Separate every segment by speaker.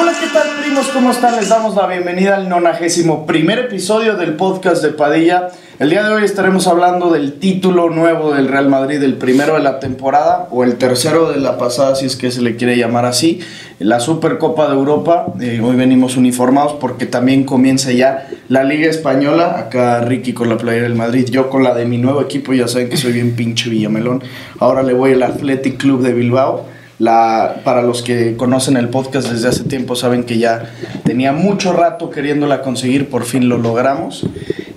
Speaker 1: Hola, ¿qué tal, primos? ¿Cómo están? Les damos la bienvenida al nonagésimo primer episodio del podcast de Padilla. El día de hoy estaremos hablando del título nuevo del Real Madrid, el primero de la temporada o el tercero de la pasada, si es que se le quiere llamar así, la Supercopa de Europa. Eh, hoy venimos uniformados porque también comienza ya la Liga Española. Acá Ricky con la playera del Madrid, yo con la de mi nuevo equipo, ya saben que soy bien pinche Villamelón. Ahora le voy al Athletic Club de Bilbao. La, para los que conocen el podcast desde hace tiempo saben que ya tenía mucho rato queriéndola conseguir, por fin lo logramos.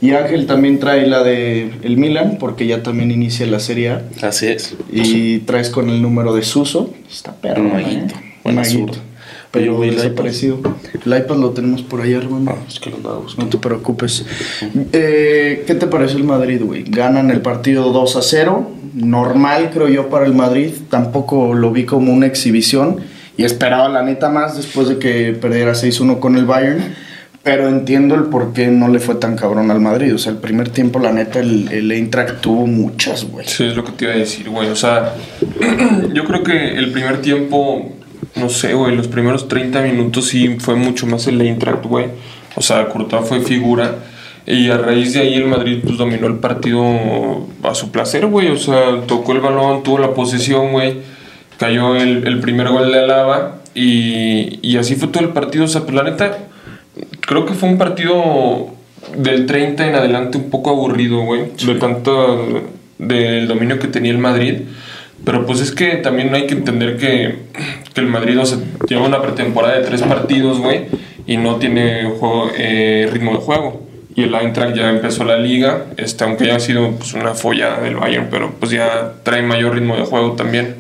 Speaker 1: Y Ángel también trae la de el Milan, porque ya también inicia la Serie A.
Speaker 2: Así es. Pues,
Speaker 1: Y traes con el número de Suso. Está perro.
Speaker 2: Un
Speaker 1: ¿eh?
Speaker 2: maguito,
Speaker 1: Un
Speaker 2: buen
Speaker 1: maguito.
Speaker 2: zurdo. Oye,
Speaker 1: Pero
Speaker 2: güey, el
Speaker 1: desaparecido. El iPad lo tenemos por ahí, hermano.
Speaker 2: Ah, es que lo andaba
Speaker 1: pues, No te
Speaker 2: buscando.
Speaker 1: preocupes. Eh, ¿Qué te pareció el Madrid, güey? Ganan el partido 2 a 0. Normal, creo yo, para el Madrid. Tampoco lo vi como una exhibición. Y esperaba la neta más después de que perdiera 6-1 con el Bayern. Pero entiendo el por qué no le fue tan cabrón al Madrid. O sea, el primer tiempo, la neta, el, el Eintracht tuvo muchas, güey.
Speaker 3: Sí, es lo que te iba a decir, güey. O sea, yo creo que el primer tiempo, no sé, güey, los primeros 30 minutos sí fue mucho más el Eintracht, güey. O sea, Courtois fue figura. Y a raíz de ahí el Madrid pues, dominó el partido a su placer, güey. O sea, tocó el balón, tuvo la posesión, güey. Cayó el, el primer gol de Alaba. Y, y así fue todo el partido. O sea, pues la neta, creo que fue un partido del 30 en adelante un poco aburrido, güey. De tanto del dominio que tenía el Madrid. Pero pues es que también hay que entender que, que el Madrid o sea, lleva una pretemporada de tres partidos, güey, y no tiene juego, eh, ritmo de juego. Y el Eintracht ya empezó la liga, este, aunque ya ha sido pues, una folla del Bayern, pero pues ya trae mayor ritmo de juego también.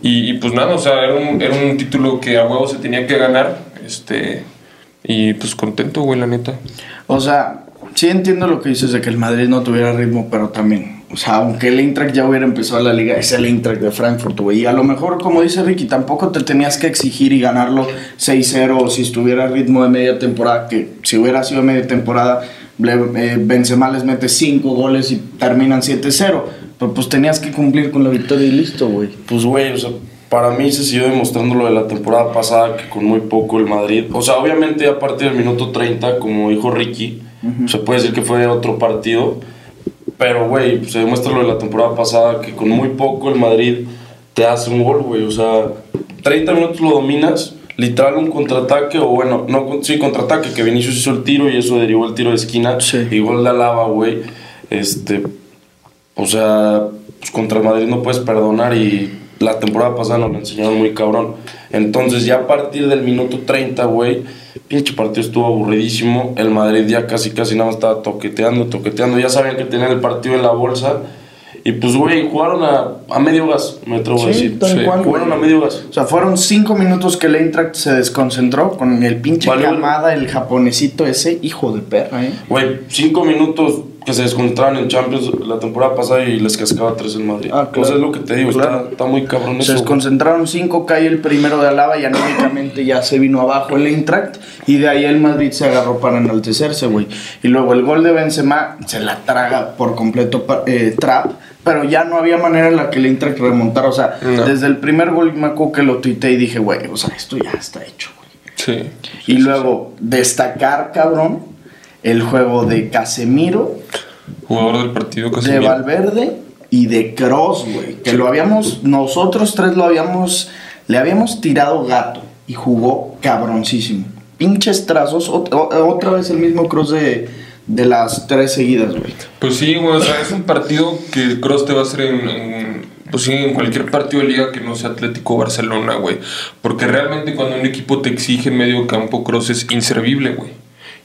Speaker 3: Y, y, pues nada, o sea, era un, era un título que a huevo se tenía que ganar. Este, y pues contento, güey, la neta.
Speaker 1: O sea, sí entiendo lo que dices de que el Madrid no tuviera ritmo, pero también, o sea, aunque el Eintracht ya hubiera empezado la liga, es el Eintracht de Frankfurt, güey. Y a lo mejor, como dice Ricky, tampoco te tenías que exigir y ganarlo 6-0 o si estuviera a ritmo de media temporada, que si hubiera sido media temporada, le- eh, Benzema les mete 5 goles y terminan 7-0. Pero pues tenías que cumplir con la victoria y listo, güey.
Speaker 2: Pues, güey, o sea, para mí se siguió demostrando lo de la temporada pasada que con muy poco el Madrid. O sea, obviamente a partir del minuto 30, como dijo Ricky, se puede decir que fue otro partido. Pero, güey, se demuestra lo de la temporada pasada que con muy poco el Madrid te hace un gol, güey. O sea, 30 minutos lo dominas, literal un contraataque, o bueno, no, con- sí, contraataque, que Vinicius hizo el tiro y eso derivó el tiro de esquina.
Speaker 1: Sí.
Speaker 2: Y gol de Alaba, güey. Este, o sea, pues contra el Madrid no puedes perdonar y la temporada pasada nos lo enseñaron muy cabrón. Entonces ya a partir del minuto 30, güey, pinche partido estuvo aburridísimo. El Madrid ya casi casi nada más estaba toqueteando, toqueteando. Ya sabían que tenían el partido en la bolsa. Y pues, güey, jugaron a, a medio gas, me atrevo
Speaker 1: Sí,
Speaker 2: a decir.
Speaker 1: tal cual,
Speaker 2: jugaron
Speaker 1: güey.
Speaker 2: a medio gas.
Speaker 1: O sea, fueron cinco minutos que el Eintracht se desconcentró con el pinche
Speaker 2: Vale, vale.
Speaker 1: llamada, el japonesito ese, hijo de perra, ¿eh?
Speaker 2: Güey, cinco minutos que se descontaron en Champions la temporada pasada y les cascaba tres el Madrid.
Speaker 1: Ah, claro.
Speaker 2: O sea, es lo que te digo, está-
Speaker 1: Claro.
Speaker 2: está, muy cabrón
Speaker 1: Se
Speaker 2: eso. güey.
Speaker 1: desconcentraron cinco, cae el primero de Alaba y anímicamente ya se vino abajo el Eintracht y de ahí el Madrid se agarró para enaltecerse, güey. Y luego el gol de Benzema se la traga por completo pa- eh, Trap, pero ya no había manera en la que el Eintracht remontara. O sea,
Speaker 3: No.
Speaker 1: desde el primer gol me acuerdo que lo tuiteé y dije, güey, o sea, esto ya está hecho, güey.
Speaker 3: Sí.
Speaker 1: Y luego destacar, cabrón, el juego de Casemiro,
Speaker 3: Jugador del partido casi.
Speaker 1: de
Speaker 3: bien.
Speaker 1: Valverde y de Cross, güey. Que lo habíamos, nosotros tres lo habíamos, le habíamos tirado gato y jugó cabroncísimo. Pinches trazos, ot- o- otra vez el mismo Cross de, de las tres seguidas, güey.
Speaker 3: Pues sí, güey, o sea, es un partido que el Cross te va a hacer en, en- pues sí, en cualquier partido de liga que no sea Atlético o Barcelona, güey. Porque realmente cuando un equipo te exige en medio campo, Cross es inservible, güey.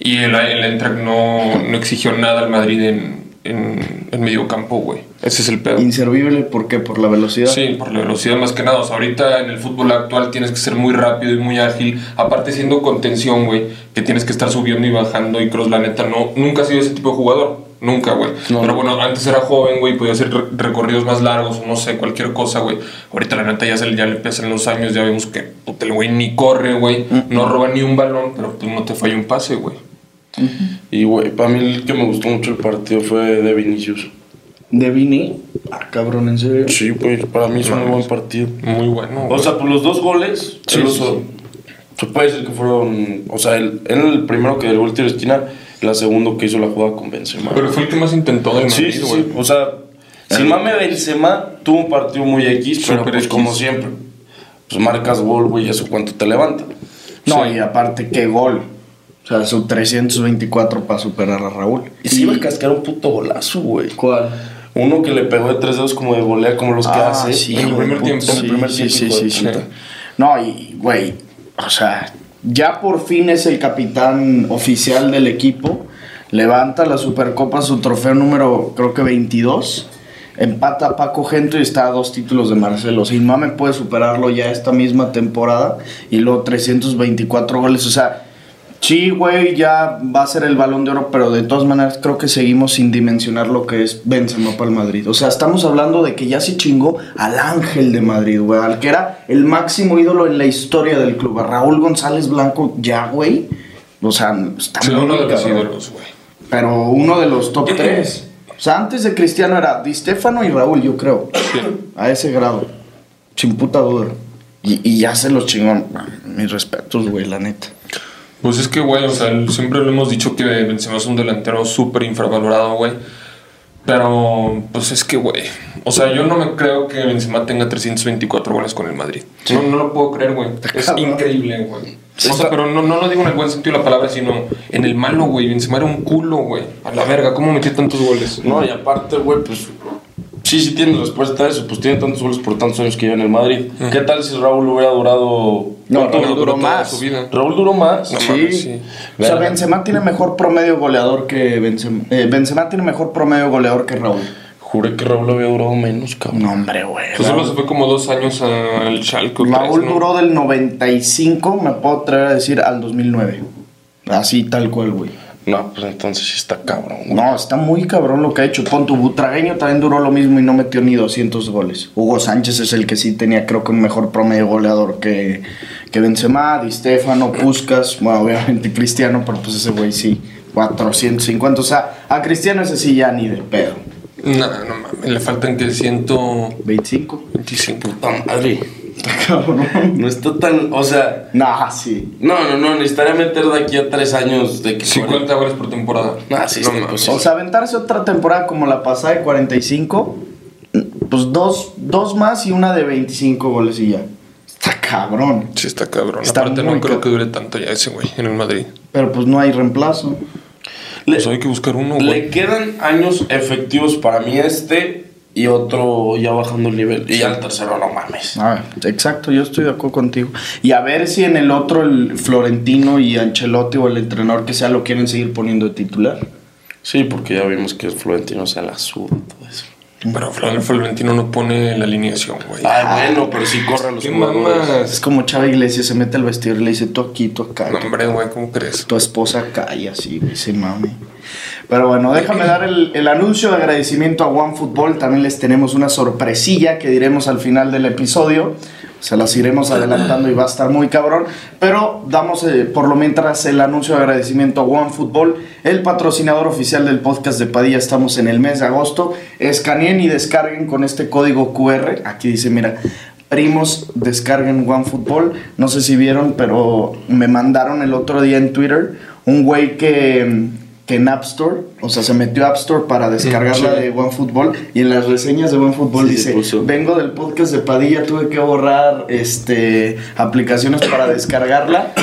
Speaker 3: Y el, el Eintracht no, no exigió nada al Madrid en, en, en medio campo, güey. Ese es el pedo.
Speaker 1: Inservible, ¿por qué? Por la velocidad.
Speaker 3: Sí, por la velocidad más que nada. O sea, ahorita en el fútbol actual tienes que ser muy rápido y muy ágil. Aparte siendo contención, güey, que tienes que estar subiendo y bajando y Cross, la neta, no, nunca ha sido ese tipo de jugador. Nunca, güey. Pero bueno, antes era joven, güey, podía hacer re- recorridos más largos, no sé, cualquier cosa, güey. Ahorita la neta ya, se, le- ya le pesan los años, ya
Speaker 1: Mm.
Speaker 3: vemos que puta, el güey ni corre, güey. No roba ni un balón, pero pues no te falla un pase, güey.
Speaker 2: Y, güey, para mí el que me gustó mucho el partido fue de Vinicius.
Speaker 1: ¿De Vini? Ah, cabrón, ¿en serio?
Speaker 2: Sí, güey, para mí es un buen partido.
Speaker 3: Muy bueno.
Speaker 2: O sea, por los dos goles,
Speaker 3: Sí,
Speaker 2: él
Speaker 3: sí,
Speaker 2: hizo-
Speaker 3: sí.
Speaker 2: se puede decir que fueron. O sea, él, él el primero que derribó el tiro de esquina, la segundo que hizo la jugada con Benzema.
Speaker 3: Pero fue el que más intentó del
Speaker 2: sí,
Speaker 3: Madrid,
Speaker 2: sí,
Speaker 3: güey.
Speaker 2: sí. O sea, sin mame Benzema tuvo un partido muy X, pero
Speaker 3: Súper
Speaker 2: pues
Speaker 3: X.
Speaker 2: como siempre. Pues marcas gol, güey, y eso cuánto te levanta.
Speaker 1: No,
Speaker 2: Sí.
Speaker 1: y aparte, qué gol. O sea, su 324 para superar a Raúl.
Speaker 2: Y se iba a cascar un puto golazo, güey.
Speaker 1: ¿Cuál?
Speaker 2: Uno que le pegó de tres dedos como de volea, como los que
Speaker 1: Ah,
Speaker 2: hace.
Speaker 1: sí,
Speaker 2: en el
Speaker 3: hijo de
Speaker 2: primer
Speaker 3: puta,
Speaker 2: tiempo.
Speaker 3: sí,
Speaker 2: en el primer
Speaker 1: sí,
Speaker 2: tiempo,
Speaker 1: sí,
Speaker 2: hijo de
Speaker 1: sí,
Speaker 2: puta.
Speaker 3: sí.
Speaker 1: No, y, güey, o sea, ya por fin es el capitán oficial del equipo. Levanta la Supercopa, su trofeo número, creo que 22. Empata a Paco Gento y está a dos títulos de Marcelo. Sin mame puede superarlo ya esta misma temporada. Y luego 324 goles. O sea, sí, güey, ya va a ser el balón de oro. Pero de todas maneras, creo que seguimos sin dimensionar lo que es Benzema para el Madrid. O sea, estamos hablando de que ya se chingó al ángel de Madrid, güey. Al que era el máximo ídolo en la historia del club. A Raúl González Blanco, ya, güey. O sea, está
Speaker 3: Se uno de los
Speaker 1: cabrón.
Speaker 3: ídolos, güey.
Speaker 1: Pero uno de los top 3. O sea, antes de Cristiano era Di Stefano y Raúl, yo creo. A ese grado. Sin puta duda. Y, y ya se los chingón. Mis respetos, güey, la neta.
Speaker 3: Pues es que, güey, o sea, el- siempre lo hemos dicho que Benzema es un delantero súper infravalorado, güey. Pero, pues es que, güey. O sea, yo no me creo que Benzema tenga 324 goles con el Madrid. No, no lo puedo creer, güey. Es
Speaker 1: cabrón.
Speaker 3: increíble, güey. O sea, pero no, no lo digo en el buen sentido de la palabra, sino en el malo, güey. Benzema era un culo, güey. A la verga, ¿cómo metió tantos goles?
Speaker 2: No, y aparte, güey, pues. Sí, sí tiene respuesta a eso. Pues tiene tantos goles por tantos años que lleva en el Madrid. ¿Qué tal si Raúl hubiera durado.
Speaker 1: No,
Speaker 2: ¿Cuánto
Speaker 1: Raúl
Speaker 2: duró?
Speaker 1: duró
Speaker 3: toda
Speaker 1: más.
Speaker 3: Su vida.
Speaker 2: Raúl duró más.
Speaker 3: No
Speaker 1: Sí.
Speaker 3: mames, sí.
Speaker 1: O sea,
Speaker 2: Verga.
Speaker 1: Benzema tiene mejor promedio goleador que Benzema. Eh, Benzema tiene mejor promedio goleador que Raúl.
Speaker 2: Juré que Raúl había durado menos, cabrón.
Speaker 1: No, hombre, güey.
Speaker 3: Pues solo se fue como dos años al Schalke. o tres,
Speaker 1: Raúl
Speaker 3: ¿no?
Speaker 1: duró del 95, me puedo atrever a decir, al 2009. Así, tal cual, güey.
Speaker 2: No, pues entonces sí está cabrón, güey.
Speaker 1: No, está muy cabrón lo que ha hecho. Pon tu Butragueño también duró lo mismo y no metió ni 200 goles. Hugo Sánchez es el que sí tenía, creo que un mejor promedio goleador que, que Benzema, Di Stefano, Puskas, bueno, obviamente Cristiano, pero pues ese güey sí, 450. O sea, a Cristiano ese sí ya ni de pedo.
Speaker 3: No, no mames. Le faltan que 125.
Speaker 1: 25.
Speaker 2: Puta madre.
Speaker 1: Está cabrón.
Speaker 2: No está tan. O sea.
Speaker 1: Nah, sí.
Speaker 2: No, no, no. Necesitaría meter de aquí a tres años de que.
Speaker 3: 50 goles por temporada.
Speaker 2: Ah, sí, está imposible.
Speaker 1: O sea, aventarse otra temporada como la pasada de 45, pues dos, dos más y una de 25 goles y ya. Está cabrón.
Speaker 3: Sí, está cabrón.
Speaker 1: Está
Speaker 3: Aparte,
Speaker 1: muy
Speaker 3: no creo
Speaker 1: ca-
Speaker 3: que dure tanto ya ese güey en el Madrid.
Speaker 1: Pero pues no hay reemplazo.
Speaker 2: Le-
Speaker 3: Pues hay que buscar uno,
Speaker 2: Le
Speaker 3: güey.
Speaker 2: quedan años efectivos para mí este y otro ya bajando el nivel. Y ya el tercero, no mames.
Speaker 1: Ah, exacto, yo estoy de acuerdo contigo. Y a ver si en el otro el Florentino y Ancelotti o el entrenador que sea lo quieren seguir poniendo de titular.
Speaker 2: Sí, porque ya vimos que el Florentino se la pues. suda y todo eso.
Speaker 3: Pero Flan Florentino no pone la alineación, güey.
Speaker 2: Ay, bueno, pero sí corre a Ah, los
Speaker 3: ¿Qué
Speaker 2: jugadores.
Speaker 1: Es
Speaker 3: mamas?
Speaker 1: como Chava Iglesias se mete al vestidor y le dice tú aquí, tú acá.
Speaker 3: No,
Speaker 1: tú
Speaker 3: hombre, güey, ¿cómo crees?
Speaker 1: tu esposa cae así, güey, se mame. Pero bueno, déjame dar el, el anuncio de agradecimiento a OneFootball. También les tenemos una sorpresilla que diremos al final del episodio. Se las iremos adelantando y va a estar muy cabrón. Pero damos eh, por lo mientras el anuncio de agradecimiento a OneFootball, el patrocinador oficial del podcast de Padilla. Estamos en el mes de agosto. Escaneen y descarguen con este código QR. Aquí dice, mira, Primos, descarguen OneFootball. No sé si vieron, pero me mandaron el otro día en Twitter un güey que, que en App Store, o sea, se metió a App Store para descargarla de OneFootball y en las reseñas de OneFootball
Speaker 2: Sí, se
Speaker 1: dice,
Speaker 2: puso.
Speaker 1: vengo del podcast de Padilla, tuve que borrar este, aplicaciones para descargarla,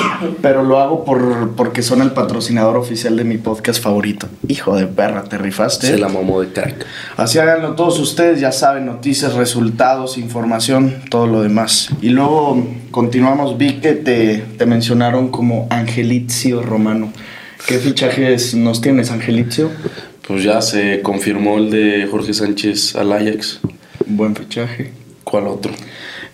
Speaker 1: pero lo hago por, porque son el patrocinador oficial de mi podcast favorito. Hijo de perra, te rifaste.
Speaker 2: Se la mamó de crack.
Speaker 1: Así háganlo todos ustedes, ya saben, noticias, resultados, información, todo lo demás. Y luego continuamos, vi que te, te mencionaron como Angelizio Romano. ¿Qué fichajes nos tienes, Angelizio?
Speaker 2: Pues ya se confirmó el de Jorge Sánchez al Ajax.
Speaker 1: Buen fichaje.
Speaker 2: ¿Cuál otro?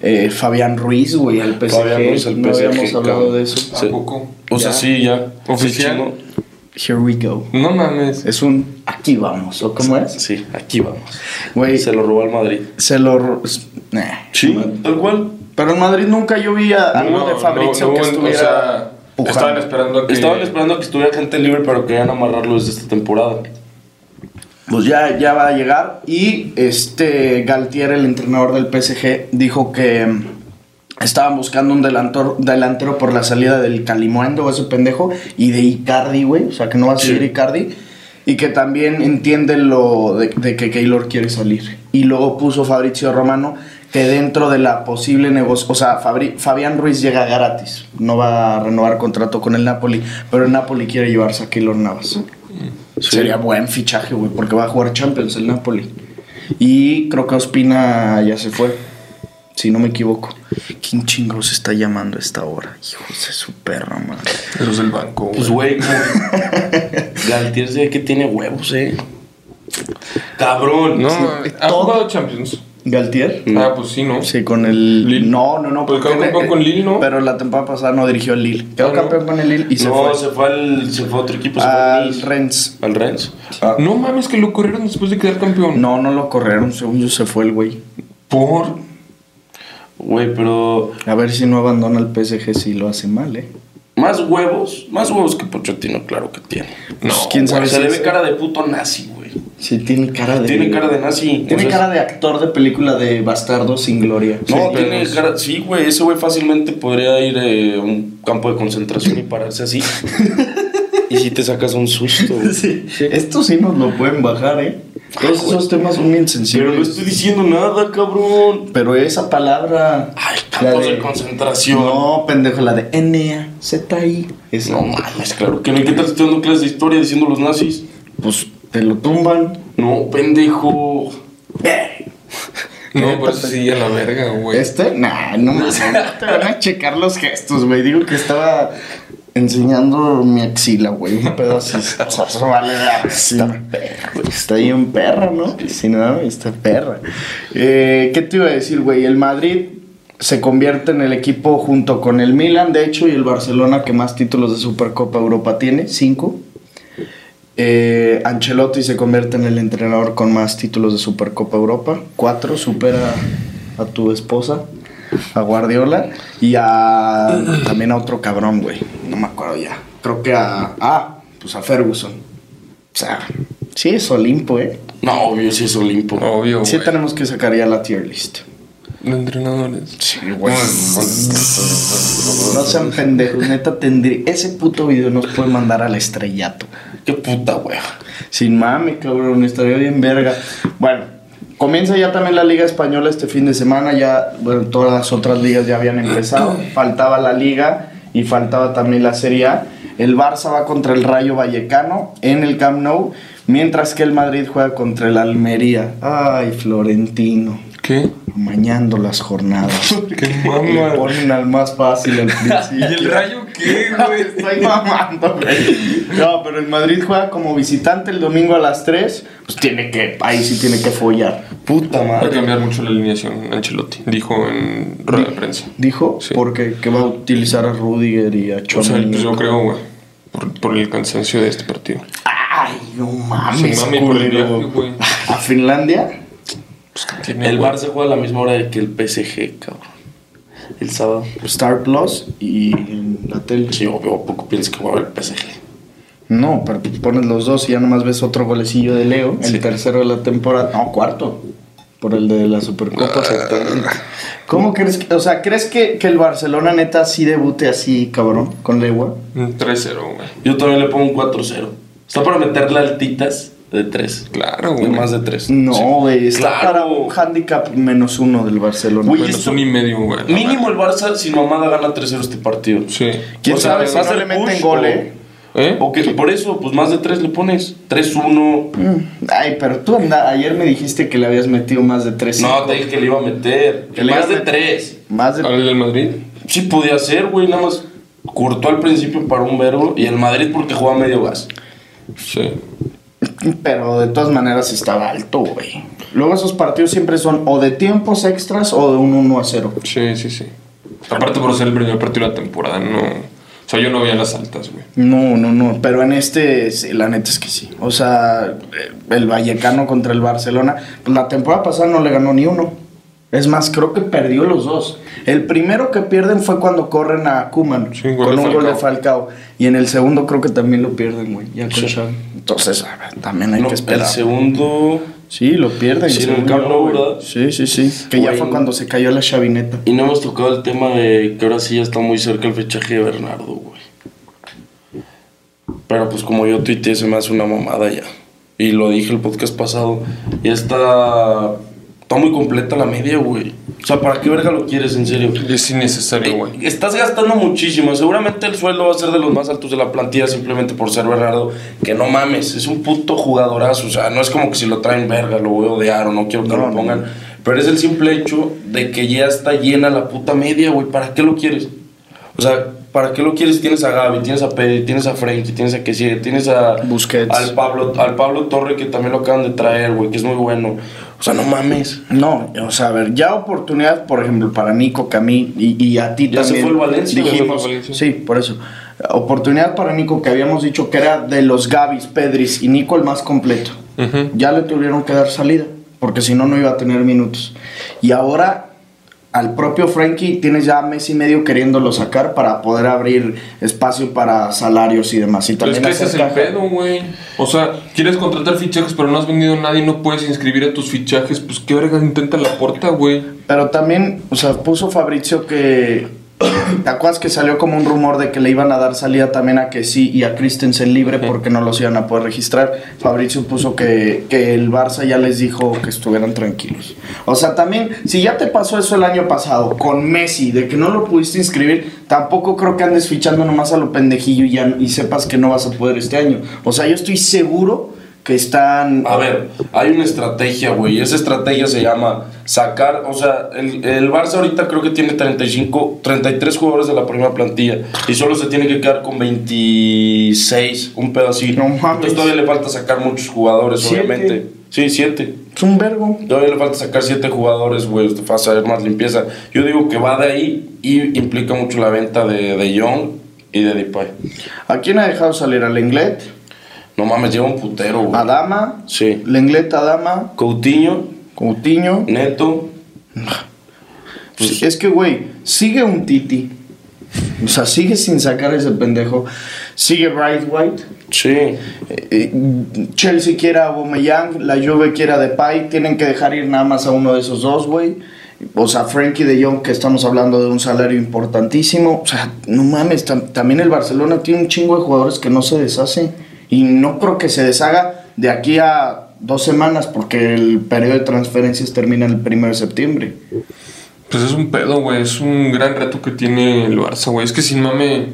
Speaker 1: Eh, Fabián Ruiz, güey, al PSG.
Speaker 2: Fabián Ruiz al
Speaker 1: no
Speaker 2: PSG,
Speaker 1: habíamos hablado
Speaker 2: cabrón.
Speaker 1: de eso.
Speaker 2: Sí.
Speaker 3: Tampoco.
Speaker 2: O sea,
Speaker 1: Ya.
Speaker 2: sí, ya.
Speaker 3: ¿Oficial?
Speaker 2: Sí,
Speaker 1: Here we go.
Speaker 3: No mames.
Speaker 1: Es un aquí vamos, ¿o cómo
Speaker 2: chino.
Speaker 1: es?
Speaker 2: Sí, aquí vamos.
Speaker 1: Güey,
Speaker 2: Se lo robó al Madrid.
Speaker 1: se lo... ro- nah.
Speaker 2: Sí, tal cual.
Speaker 1: Pero en Madrid nunca yo vi a- algo
Speaker 3: No,
Speaker 1: de Fabrizio
Speaker 3: no, no,
Speaker 1: que
Speaker 3: o
Speaker 1: estuviera...
Speaker 3: sea,
Speaker 1: pujando.
Speaker 3: Estaban esperando a que.
Speaker 2: Estaban esperando a que estuviera gente libre, pero querían amarrarlo desde esta temporada.
Speaker 1: Pues ya, ya va a llegar. Y este Galtier, el entrenador del PSG, dijo que mm, estaban buscando un delantor- delantero por la salida del Calimuendo, ese pendejo, y de Icardi, güey. O sea, que no va a seguir Icardi. Y que también entiende lo de, de que Keylor quiere salir. Y luego puso Fabrizio Romano que dentro de la posible negocio, o sea, Fabri- Fabián Ruiz llega gratis, no va a renovar contrato con el Napoli, pero el Napoli quiere llevarse a Keylor Navas. Sería buen fichaje, güey, porque va a jugar Champions el Napoli. Y creo que Ospina ya se fue, si no me equivoco. ¿Quién chingados está llamando a esta hora? Hijos de su perra, madre.
Speaker 3: Eso es el banco, güey.
Speaker 2: Pues, güey, como- Galtier se ve que tiene huevos, eh. Cabrón.
Speaker 3: No,
Speaker 1: sí,
Speaker 3: ¿ha
Speaker 1: todo-
Speaker 3: jugado Champions?
Speaker 1: ¿Galtier?
Speaker 2: No.
Speaker 3: Ah, pues sí, ¿no?
Speaker 1: Sí, con el...
Speaker 3: Lille.
Speaker 1: No, no, no.
Speaker 3: Pues quedó
Speaker 1: porque-
Speaker 3: campeón con Lille, ¿no?
Speaker 1: Pero la temporada pasada no dirigió el Lille. Quedó
Speaker 3: Ah, ¿no?
Speaker 1: campeón con el Lille y se
Speaker 2: no,
Speaker 1: fue
Speaker 2: se fue al, se fue a otro equipo. Se fue
Speaker 1: al
Speaker 2: Nice.
Speaker 1: Rennes.
Speaker 2: Al Rennes.
Speaker 3: No mames, que lo corrieron después de quedar campeón.
Speaker 1: No, no lo corrieron, según yo se fue el güey.
Speaker 3: Por.
Speaker 2: Güey, pero
Speaker 1: A ver si no abandona el PSG si lo hace mal, ¿eh?
Speaker 2: más huevos, más huevos que Pochettino, claro que tiene.
Speaker 3: No,
Speaker 1: Pues, quién sabe
Speaker 2: Güey, se
Speaker 1: si
Speaker 2: le
Speaker 1: es-
Speaker 2: ve cara de puto nazi, güey.
Speaker 1: Sí, tiene cara de.
Speaker 2: Tiene cara de Pues nazi.
Speaker 1: Tiene
Speaker 2: o sea,
Speaker 1: cara de actor de película de bastardo sin gloria.
Speaker 2: No,
Speaker 3: Sí,
Speaker 2: tiene
Speaker 3: pero-
Speaker 2: cara. Sí, güey, ese güey fácilmente podría ir eh, a un campo de concentración y pararse así. y si te sacas un susto, güey.
Speaker 1: Sí. Esto sí nos lo pueden bajar, ¿eh? Todos esos temas son bien
Speaker 2: Ah, Pero no
Speaker 1: sensibles.
Speaker 2: estoy diciendo nada, cabrón.
Speaker 1: Pero esa palabra.
Speaker 2: Ay,
Speaker 1: la
Speaker 2: campos de, concentración. No.
Speaker 1: No, pendejo, la de NA, ZI. Esa.
Speaker 2: mames, claro que no hay que estar estudiando clases de historia diciendo los nazis.
Speaker 1: Pues te lo tumban.
Speaker 2: No, pendejo.
Speaker 3: No, por eso sí, a la verga, güey.
Speaker 1: ¿Este? Nah, no me te van a checar los gestos, güey. Digo que estaba enseñando mi axila, güey. Un pedo así. O sea, eso vale la- Está perra, güey. Está ahí un perro, ¿no? Si no, está perra. Eh, ¿Qué te iba a decir, güey? El Madrid se convierte en el equipo junto con el Milan, de hecho, y el Barcelona que más títulos de Supercopa Europa tiene, cinco. Eh, Ancelotti se convierte en el entrenador con más títulos de Supercopa Europa. Cuatro, supera a tu esposa, a Guardiola y a también a otro cabrón, güey. No me acuerdo ya. Creo que a. Ah, pues a Ferguson. O sea, sí es Olimpo, ¿eh?
Speaker 2: No, obvio, sí es Olimpo.
Speaker 3: Obvio, güey.
Speaker 1: Sí tenemos que sacar ya la tier list.
Speaker 3: De entrenadores.
Speaker 1: Sí, güey. No sean pendejos, neta tendría. Ese puto video nos puede mandar al estrellato.
Speaker 2: Qué puta, güey.
Speaker 1: Sin mame, cabrón, estaría bien verga. Bueno, comienza ya también la Liga Española este fin de semana. Ya, bueno, todas las otras ligas ya habían empezado. Faltaba la Liga y faltaba también la Serie A. El Barça va contra el Rayo Vallecano en el Camp Nou, mientras que el Madrid juega contra el Almería. Ay, Florentino,
Speaker 3: ¿Qué?
Speaker 1: mañando las jornadas.
Speaker 3: ¿Qué
Speaker 1: Le
Speaker 3: mamá?
Speaker 1: ponen al más fácil al
Speaker 3: ¿Y
Speaker 1: principio.
Speaker 3: el rayo qué, güey?
Speaker 1: Estoy mamando, güey. No, pero el Madrid juega como visitante el domingo a las 3. Pues tiene que, ahí sí tiene que follar.
Speaker 2: Puta
Speaker 3: Va a
Speaker 2: madre.
Speaker 3: cambiar mucho la alineación, Ancelotti. Dijo en rueda de prensa.
Speaker 1: Dijo,
Speaker 3: Sí.
Speaker 1: porque que va a utilizar a Rudiger y a
Speaker 3: O sea,
Speaker 1: Chomel.
Speaker 3: pues yo creo, güey. Por, por el cansancio de este partido.
Speaker 1: Ay, no mames,
Speaker 3: Sí, mami, por el
Speaker 1: culero.
Speaker 3: viaje, güey.
Speaker 1: ¿A Finlandia?
Speaker 3: Tiene,
Speaker 2: El
Speaker 3: güey.
Speaker 2: Barça juega a la misma hora que el PSG, cabrón. El sábado.
Speaker 1: Star Plus y en la tele.
Speaker 2: Sí, obvio, ¿a poco piensas que juega el PSG?
Speaker 1: No, pero pues pones los dos y ya nomás ves otro golecillo de Leo.
Speaker 2: Sí.
Speaker 1: El tercero de la temporada. No, cuarto. Por el de la Supercopa. exactamente.
Speaker 2: Ah.
Speaker 1: ¿Cómo crees que, o sea, crees que, que el Barcelona neta sí debute así, cabrón, con Legua?
Speaker 3: Un 3-0, güey.
Speaker 2: Yo también le pongo un 4-0. Está para meterle altitas de 3.
Speaker 3: Claro,
Speaker 2: De
Speaker 3: Ah, güey.
Speaker 2: más de 3.
Speaker 1: No, güey, está
Speaker 2: Claro.
Speaker 1: para un handicap menos uno del Barcelona.
Speaker 2: Güey,
Speaker 1: Bueno,
Speaker 3: Menos un y medio, güey. la
Speaker 2: Mínimo el Barça, si mamada, gana 3-0 este partido.
Speaker 3: verdad. Sí.
Speaker 1: ¿Quién
Speaker 2: O sea,
Speaker 1: sabe si
Speaker 2: además
Speaker 1: no le
Speaker 2: el
Speaker 1: meten
Speaker 2: push,
Speaker 1: gol,
Speaker 2: o-
Speaker 1: eh?
Speaker 3: ¿Eh?
Speaker 2: O que por eso, pues más de 3 le pones. 3-1.
Speaker 1: Mm, Ay, pero tú anda, ayer me dijiste que le habías metido más de tres.
Speaker 2: No, te dije que le iba a meter.
Speaker 1: Que le iba
Speaker 2: más
Speaker 1: a
Speaker 2: de
Speaker 1: meter.
Speaker 2: 3.
Speaker 1: Más de...
Speaker 3: ¿Al del Madrid?
Speaker 2: Sí podía ser, güey, nada más. Cortó al principio para un verbo y el Madrid porque juega medio gas.
Speaker 3: Sí.
Speaker 1: Pero de todas maneras estaba alto, güey. Luego esos partidos siempre son o de tiempos extras o de un 1 a 0.
Speaker 3: Sí, sí, sí. Aparte por ser el primer partido de la temporada, no... O sea, yo no veía las altas, güey.
Speaker 1: No, no, no, pero en este, sí, la neta es que sí. O sea, eh, el Vallecano contra el Barcelona, pues la temporada pasada no le ganó ni uno. Es más, creo que perdió los dos. El primero que pierden fue cuando corren a Kuman
Speaker 3: Sí,
Speaker 1: con
Speaker 3: gol de
Speaker 1: un gol de
Speaker 3: Falcao.
Speaker 1: Falcao. Y en el segundo creo que también lo pierden, güey. Ya con
Speaker 2: Sí.
Speaker 1: Xavi. Entonces, a ver, también hay
Speaker 2: No,
Speaker 1: que
Speaker 2: el
Speaker 1: esperar.
Speaker 2: segundo.
Speaker 1: Sí, lo pierden.
Speaker 2: Sí, en
Speaker 1: según
Speaker 2: el Camp
Speaker 1: yo,
Speaker 2: Nou,
Speaker 1: güey.
Speaker 2: ¿verdad?
Speaker 1: Sí, sí, sí. Que ya
Speaker 2: Güey.
Speaker 1: fue cuando se cayó la chavineta.
Speaker 2: Y no hemos tocado el tema de que ahora sí ya está muy cerca el fechaje de Bernardo, güey. Pero pues como yo tuiteé, se me hace una mamada ya. Y lo dije el podcast pasado. Ya está. Está muy completa la media, güey. O sea, ¿para qué verga lo quieres, en serio?
Speaker 3: Es innecesario, güey.
Speaker 2: Eh, Estás gastando muchísimo. Seguramente el sueldo va a ser de los más altos de la plantilla simplemente por ser Bernardo. Que no mames, es un puto jugadorazo. O sea, no es como que si lo traen verga, lo voy a odiar o no quiero que
Speaker 1: No,
Speaker 2: lo
Speaker 1: no.
Speaker 2: pongan. Pero es el simple hecho de que ya está llena la puta media, güey. ¿Para qué lo quieres? O sea, ¿para qué lo quieres? Tienes a Gaby, tienes a Pedri, tienes a Frenkie, tienes a Kessie, tienes a.
Speaker 1: Busquets.
Speaker 2: Al Pablo, al Pablo Torre, que también lo acaban de traer, güey, que es muy bueno. O sea, no mames.
Speaker 1: No, o sea, a ver, ya oportunidad, por ejemplo, para Nico, Camí y, y a ti
Speaker 2: Ya se
Speaker 1: también.
Speaker 2: fue el Valencia, ya se
Speaker 1: dijimos-
Speaker 3: fue el Valencia.
Speaker 1: Sí, por eso. Oportunidad para Nico, que habíamos dicho que era de los Gavis, Pedris y Nico el más completo.
Speaker 3: Ujú.
Speaker 1: Ya le tuvieron que dar salida, porque si no, no iba a tener minutos. Y ahora al propio Frankie tienes ya mes y medio queriéndolo sacar para poder abrir espacio para salarios y demás. Y
Speaker 3: Pero es
Speaker 1: también
Speaker 3: que ese es
Speaker 1: hacer
Speaker 3: el
Speaker 1: caja.
Speaker 3: pedo, güey. O sea, quieres contratar fichajes, pero no has vendido a nadie, no puedes inscribir a tus fichajes. Pues qué vergas intenta la puerta, güey.
Speaker 1: Pero también, o sea, puso Fabricio que. ¿Te acuerdas que salió como un rumor de que le iban a dar salida también a que sí y a Christensen libre porque no los iban a poder registrar? Fabricio puso que, que el Barça ya les dijo que estuvieran tranquilos. O sea, también, si ya te pasó eso el año pasado con Messi, de que no lo pudiste inscribir, tampoco creo que andes fichando nomás a lo pendejillo y, ya- y sepas que no vas a poder este año. O sea, yo estoy seguro que están.
Speaker 2: A ver, hay una estrategia, güey. Esa estrategia se llama sacar. O sea, el, el Barça ahorita creo que tiene 35, 33 jugadores de la primera plantilla. Y solo se tiene que quedar con 26, un pedo así.
Speaker 1: No mames.
Speaker 2: Entonces todavía le falta sacar muchos jugadores,
Speaker 1: Siete.
Speaker 2: obviamente. Sí, 7.
Speaker 1: Es un vergo.
Speaker 2: Todavía le falta sacar 7 jugadores, güey. Te vas a ver más limpieza. Yo digo que va de ahí y implica mucho la venta de, de Young y de Depay.
Speaker 1: ¿A quién ha dejado salir? ¿Al Lenglet?
Speaker 2: No mames, lleva un putero, güey.
Speaker 1: Ah, Adama,
Speaker 2: Sí.
Speaker 1: Lenglet, Adama,
Speaker 2: Coutinho,
Speaker 1: Coutinho.
Speaker 2: Neto. Pues,
Speaker 1: Sí, es que, güey, sigue un Titi. O sea, sigue sin sacar ese pendejo. Sigue Bright White.
Speaker 2: Sí.
Speaker 1: Eh, eh, Chelsea quiere a Aubameyang, la Juve quiere a Depay. Tienen que dejar ir nada más a uno de esos dos, güey. O sea, Frankie de Jong, que estamos hablando de un salario importantísimo. O sea, no mames, tam- también el Barcelona tiene un chingo de jugadores que no se deshace. Y no creo que se deshaga de aquí a dos semanas, porque el periodo de transferencias termina el primero de septiembre.
Speaker 3: Pues es un pedo, güey. Es un gran reto que tiene el Barça, güey. Es que sin mame,